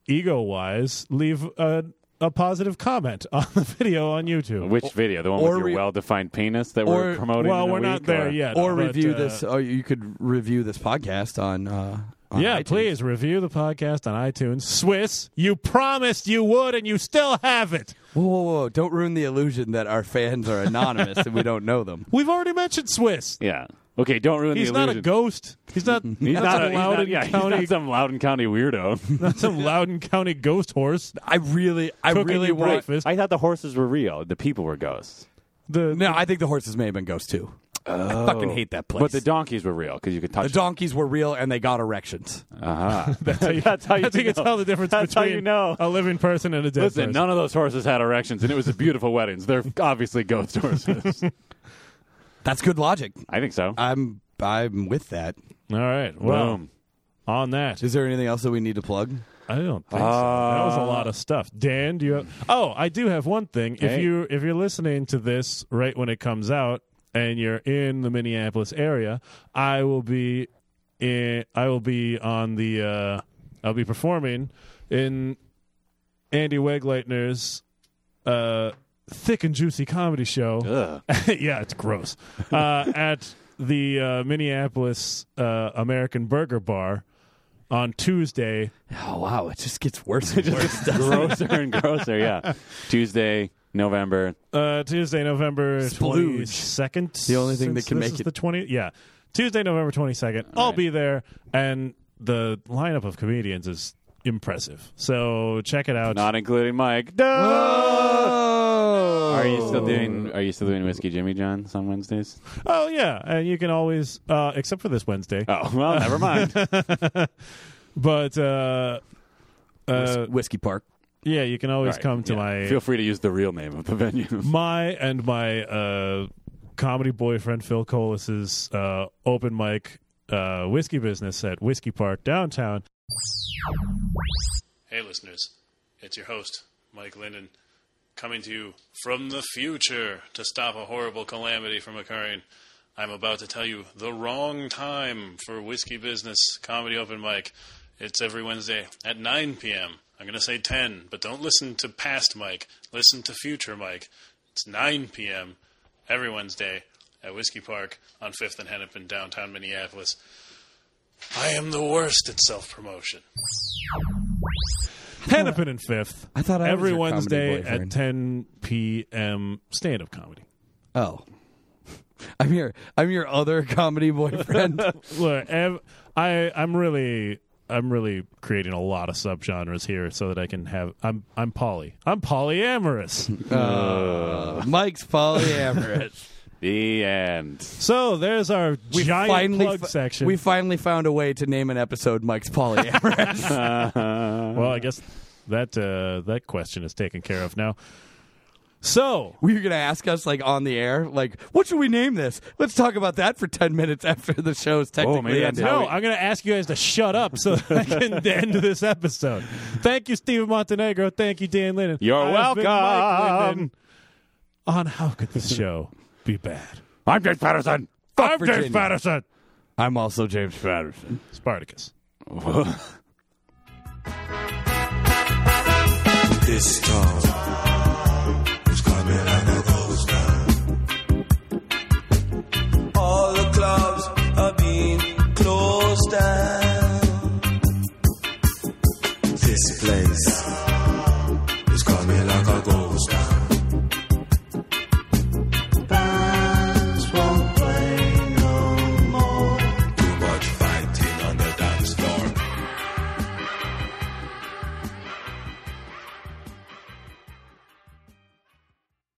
[SPEAKER 2] ego wise, leave a a positive comment on the video on YouTube.
[SPEAKER 4] Which video? The one
[SPEAKER 2] or
[SPEAKER 4] with your
[SPEAKER 2] re-
[SPEAKER 4] well-defined penis that we're
[SPEAKER 2] or-
[SPEAKER 4] promoting?
[SPEAKER 2] well,
[SPEAKER 4] in a
[SPEAKER 2] we're not
[SPEAKER 4] week,
[SPEAKER 2] there
[SPEAKER 4] or-
[SPEAKER 2] yet.
[SPEAKER 1] or
[SPEAKER 2] but,
[SPEAKER 1] review
[SPEAKER 2] uh,
[SPEAKER 1] this. Or you could review this podcast on. Uh, on
[SPEAKER 2] yeah,
[SPEAKER 1] iTunes.
[SPEAKER 2] please review the podcast on iTunes. Swiss, you promised you would, and you still haven't.
[SPEAKER 1] Whoa, whoa, whoa! Don't ruin the illusion that our fans are anonymous and we don't know them.
[SPEAKER 2] We've already mentioned Swiss.
[SPEAKER 4] Yeah. Okay. Don't ruin
[SPEAKER 2] He's
[SPEAKER 4] the
[SPEAKER 2] not
[SPEAKER 4] illusion.
[SPEAKER 2] a ghost. He's not.
[SPEAKER 4] He's not,
[SPEAKER 2] some
[SPEAKER 4] a, he's
[SPEAKER 2] Loudoun
[SPEAKER 4] not, yeah, he's
[SPEAKER 2] County.
[SPEAKER 4] not some Loudon County weirdo.
[SPEAKER 2] not some Loudon County ghost horse.
[SPEAKER 1] I really, I
[SPEAKER 2] Cooking
[SPEAKER 1] really
[SPEAKER 2] you
[SPEAKER 1] want.
[SPEAKER 2] breakfast.
[SPEAKER 4] I thought the horses were real. The people were ghosts.
[SPEAKER 2] The
[SPEAKER 1] No, I think the horses may have been ghosts too. I fucking hate that place.
[SPEAKER 4] Oh. But the donkeys were real because you could touch
[SPEAKER 1] The donkeys were real and they got erections.
[SPEAKER 4] uh
[SPEAKER 2] that's how you,
[SPEAKER 4] That's how you
[SPEAKER 2] that's can
[SPEAKER 4] know.
[SPEAKER 2] tell the difference
[SPEAKER 4] That's how
[SPEAKER 2] between
[SPEAKER 4] you know.
[SPEAKER 2] a living person and a dead
[SPEAKER 4] Listen,
[SPEAKER 2] person.
[SPEAKER 4] none of those horses had erections, and it was a beautiful weddings. They're obviously ghost horses.
[SPEAKER 1] That's good logic.
[SPEAKER 4] I think so.
[SPEAKER 1] I'm I'm with that.
[SPEAKER 2] All right. Well,
[SPEAKER 4] Boom.
[SPEAKER 2] on that,
[SPEAKER 1] Is there anything else that we need to plug?
[SPEAKER 2] I don't think so. That
[SPEAKER 4] Ah.
[SPEAKER 2] was a lot of stuff. Dan, do you have Oh, I do have one thing. If
[SPEAKER 4] Hey.
[SPEAKER 2] you if you're listening to this right when it comes out and you're in the Minneapolis area, I will be in, I will be on the uh I'll be performing in Andy Wegleitner's uh thick and juicy comedy show.
[SPEAKER 4] Ugh.
[SPEAKER 2] yeah, it's gross. Uh, at the uh, Minneapolis uh, American Burger Bar on Tuesday.
[SPEAKER 1] Oh wow, it just gets worse and worse.
[SPEAKER 4] grosser and grosser. Yeah. Tuesday, November.
[SPEAKER 2] Uh, Tuesday, November
[SPEAKER 1] Splooge.
[SPEAKER 2] twenty second.
[SPEAKER 1] The only thing that can make it-
[SPEAKER 2] the twenty. Yeah, Tuesday, November twenty second. I'll be there, and the lineup of comedians is impressive. So check it out. Uh,
[SPEAKER 4] Not including Mike. No. Are you still doing? Are you still doing whiskey Jimmy John's on Wednesdays?
[SPEAKER 2] oh yeah, and you can always, uh, except for this Wednesday,
[SPEAKER 4] Oh well, never mind.
[SPEAKER 2] but uh, uh,
[SPEAKER 1] Whiskey Park.
[SPEAKER 2] yeah, you can always
[SPEAKER 4] Right,
[SPEAKER 2] come to
[SPEAKER 4] yeah.
[SPEAKER 2] my
[SPEAKER 4] Feel free to use the real name of the venue.
[SPEAKER 2] my and my uh, comedy boyfriend Phil Colas's uh, open mic uh, whiskey business at Whiskey Park downtown. Hey, listeners, it's your host Mike Linden coming to you from the future to stop a horrible calamity from occurring. I'm about to tell you the wrong time for Whiskey Business Comedy Open Mic. It's every Wednesday at 9 p.m. I'm going to say 10, but don't listen to past Mike. Listen to future Mike. It's 9 p.m. every Wednesday at Whiskey Park on 5th and Hennepin, downtown Minneapolis. I am the worst at self promotion. Hennepin and 5th.
[SPEAKER 1] I thought I was
[SPEAKER 2] every
[SPEAKER 1] your comedy
[SPEAKER 2] Wednesday at
[SPEAKER 1] boyfriend.
[SPEAKER 2] 10 p.m. stand up comedy.
[SPEAKER 1] Oh. I'm your I'm your other comedy boyfriend.
[SPEAKER 2] Look, ev- I I'm really I'm really creating a lot of subgenres here so that I can have I'm I'm poly. I'm polyamorous.
[SPEAKER 1] Uh, Mike's polyamorous.
[SPEAKER 4] The end.
[SPEAKER 2] so there's our giant plug
[SPEAKER 1] fi-
[SPEAKER 2] section.
[SPEAKER 1] we finally found a way to name an episode Mike's polyamorous.
[SPEAKER 2] well, I guess that uh, that question is taken care of now. So
[SPEAKER 1] we were gonna ask us like on the air, like, what should we name this? Let's talk about that for ten minutes after the show's technically
[SPEAKER 4] maybe that's
[SPEAKER 1] ended.
[SPEAKER 4] how
[SPEAKER 2] No,
[SPEAKER 4] we-
[SPEAKER 2] I'm going to ask you guys to shut up so that I can end this episode. Thank you, Stephen Montenegro. Thank you, Dan Lennon.
[SPEAKER 4] You're
[SPEAKER 2] I've been Mike
[SPEAKER 4] welcome.
[SPEAKER 2] Linden on how could this show be bad?
[SPEAKER 4] I'm Jake Patterson.
[SPEAKER 2] I'm
[SPEAKER 1] Virginia.
[SPEAKER 2] James Patterson.
[SPEAKER 1] I'm also James Patterson.
[SPEAKER 2] Spartacus.
[SPEAKER 7] This town is coming like a ghost town. All the clubs are being closed down. This place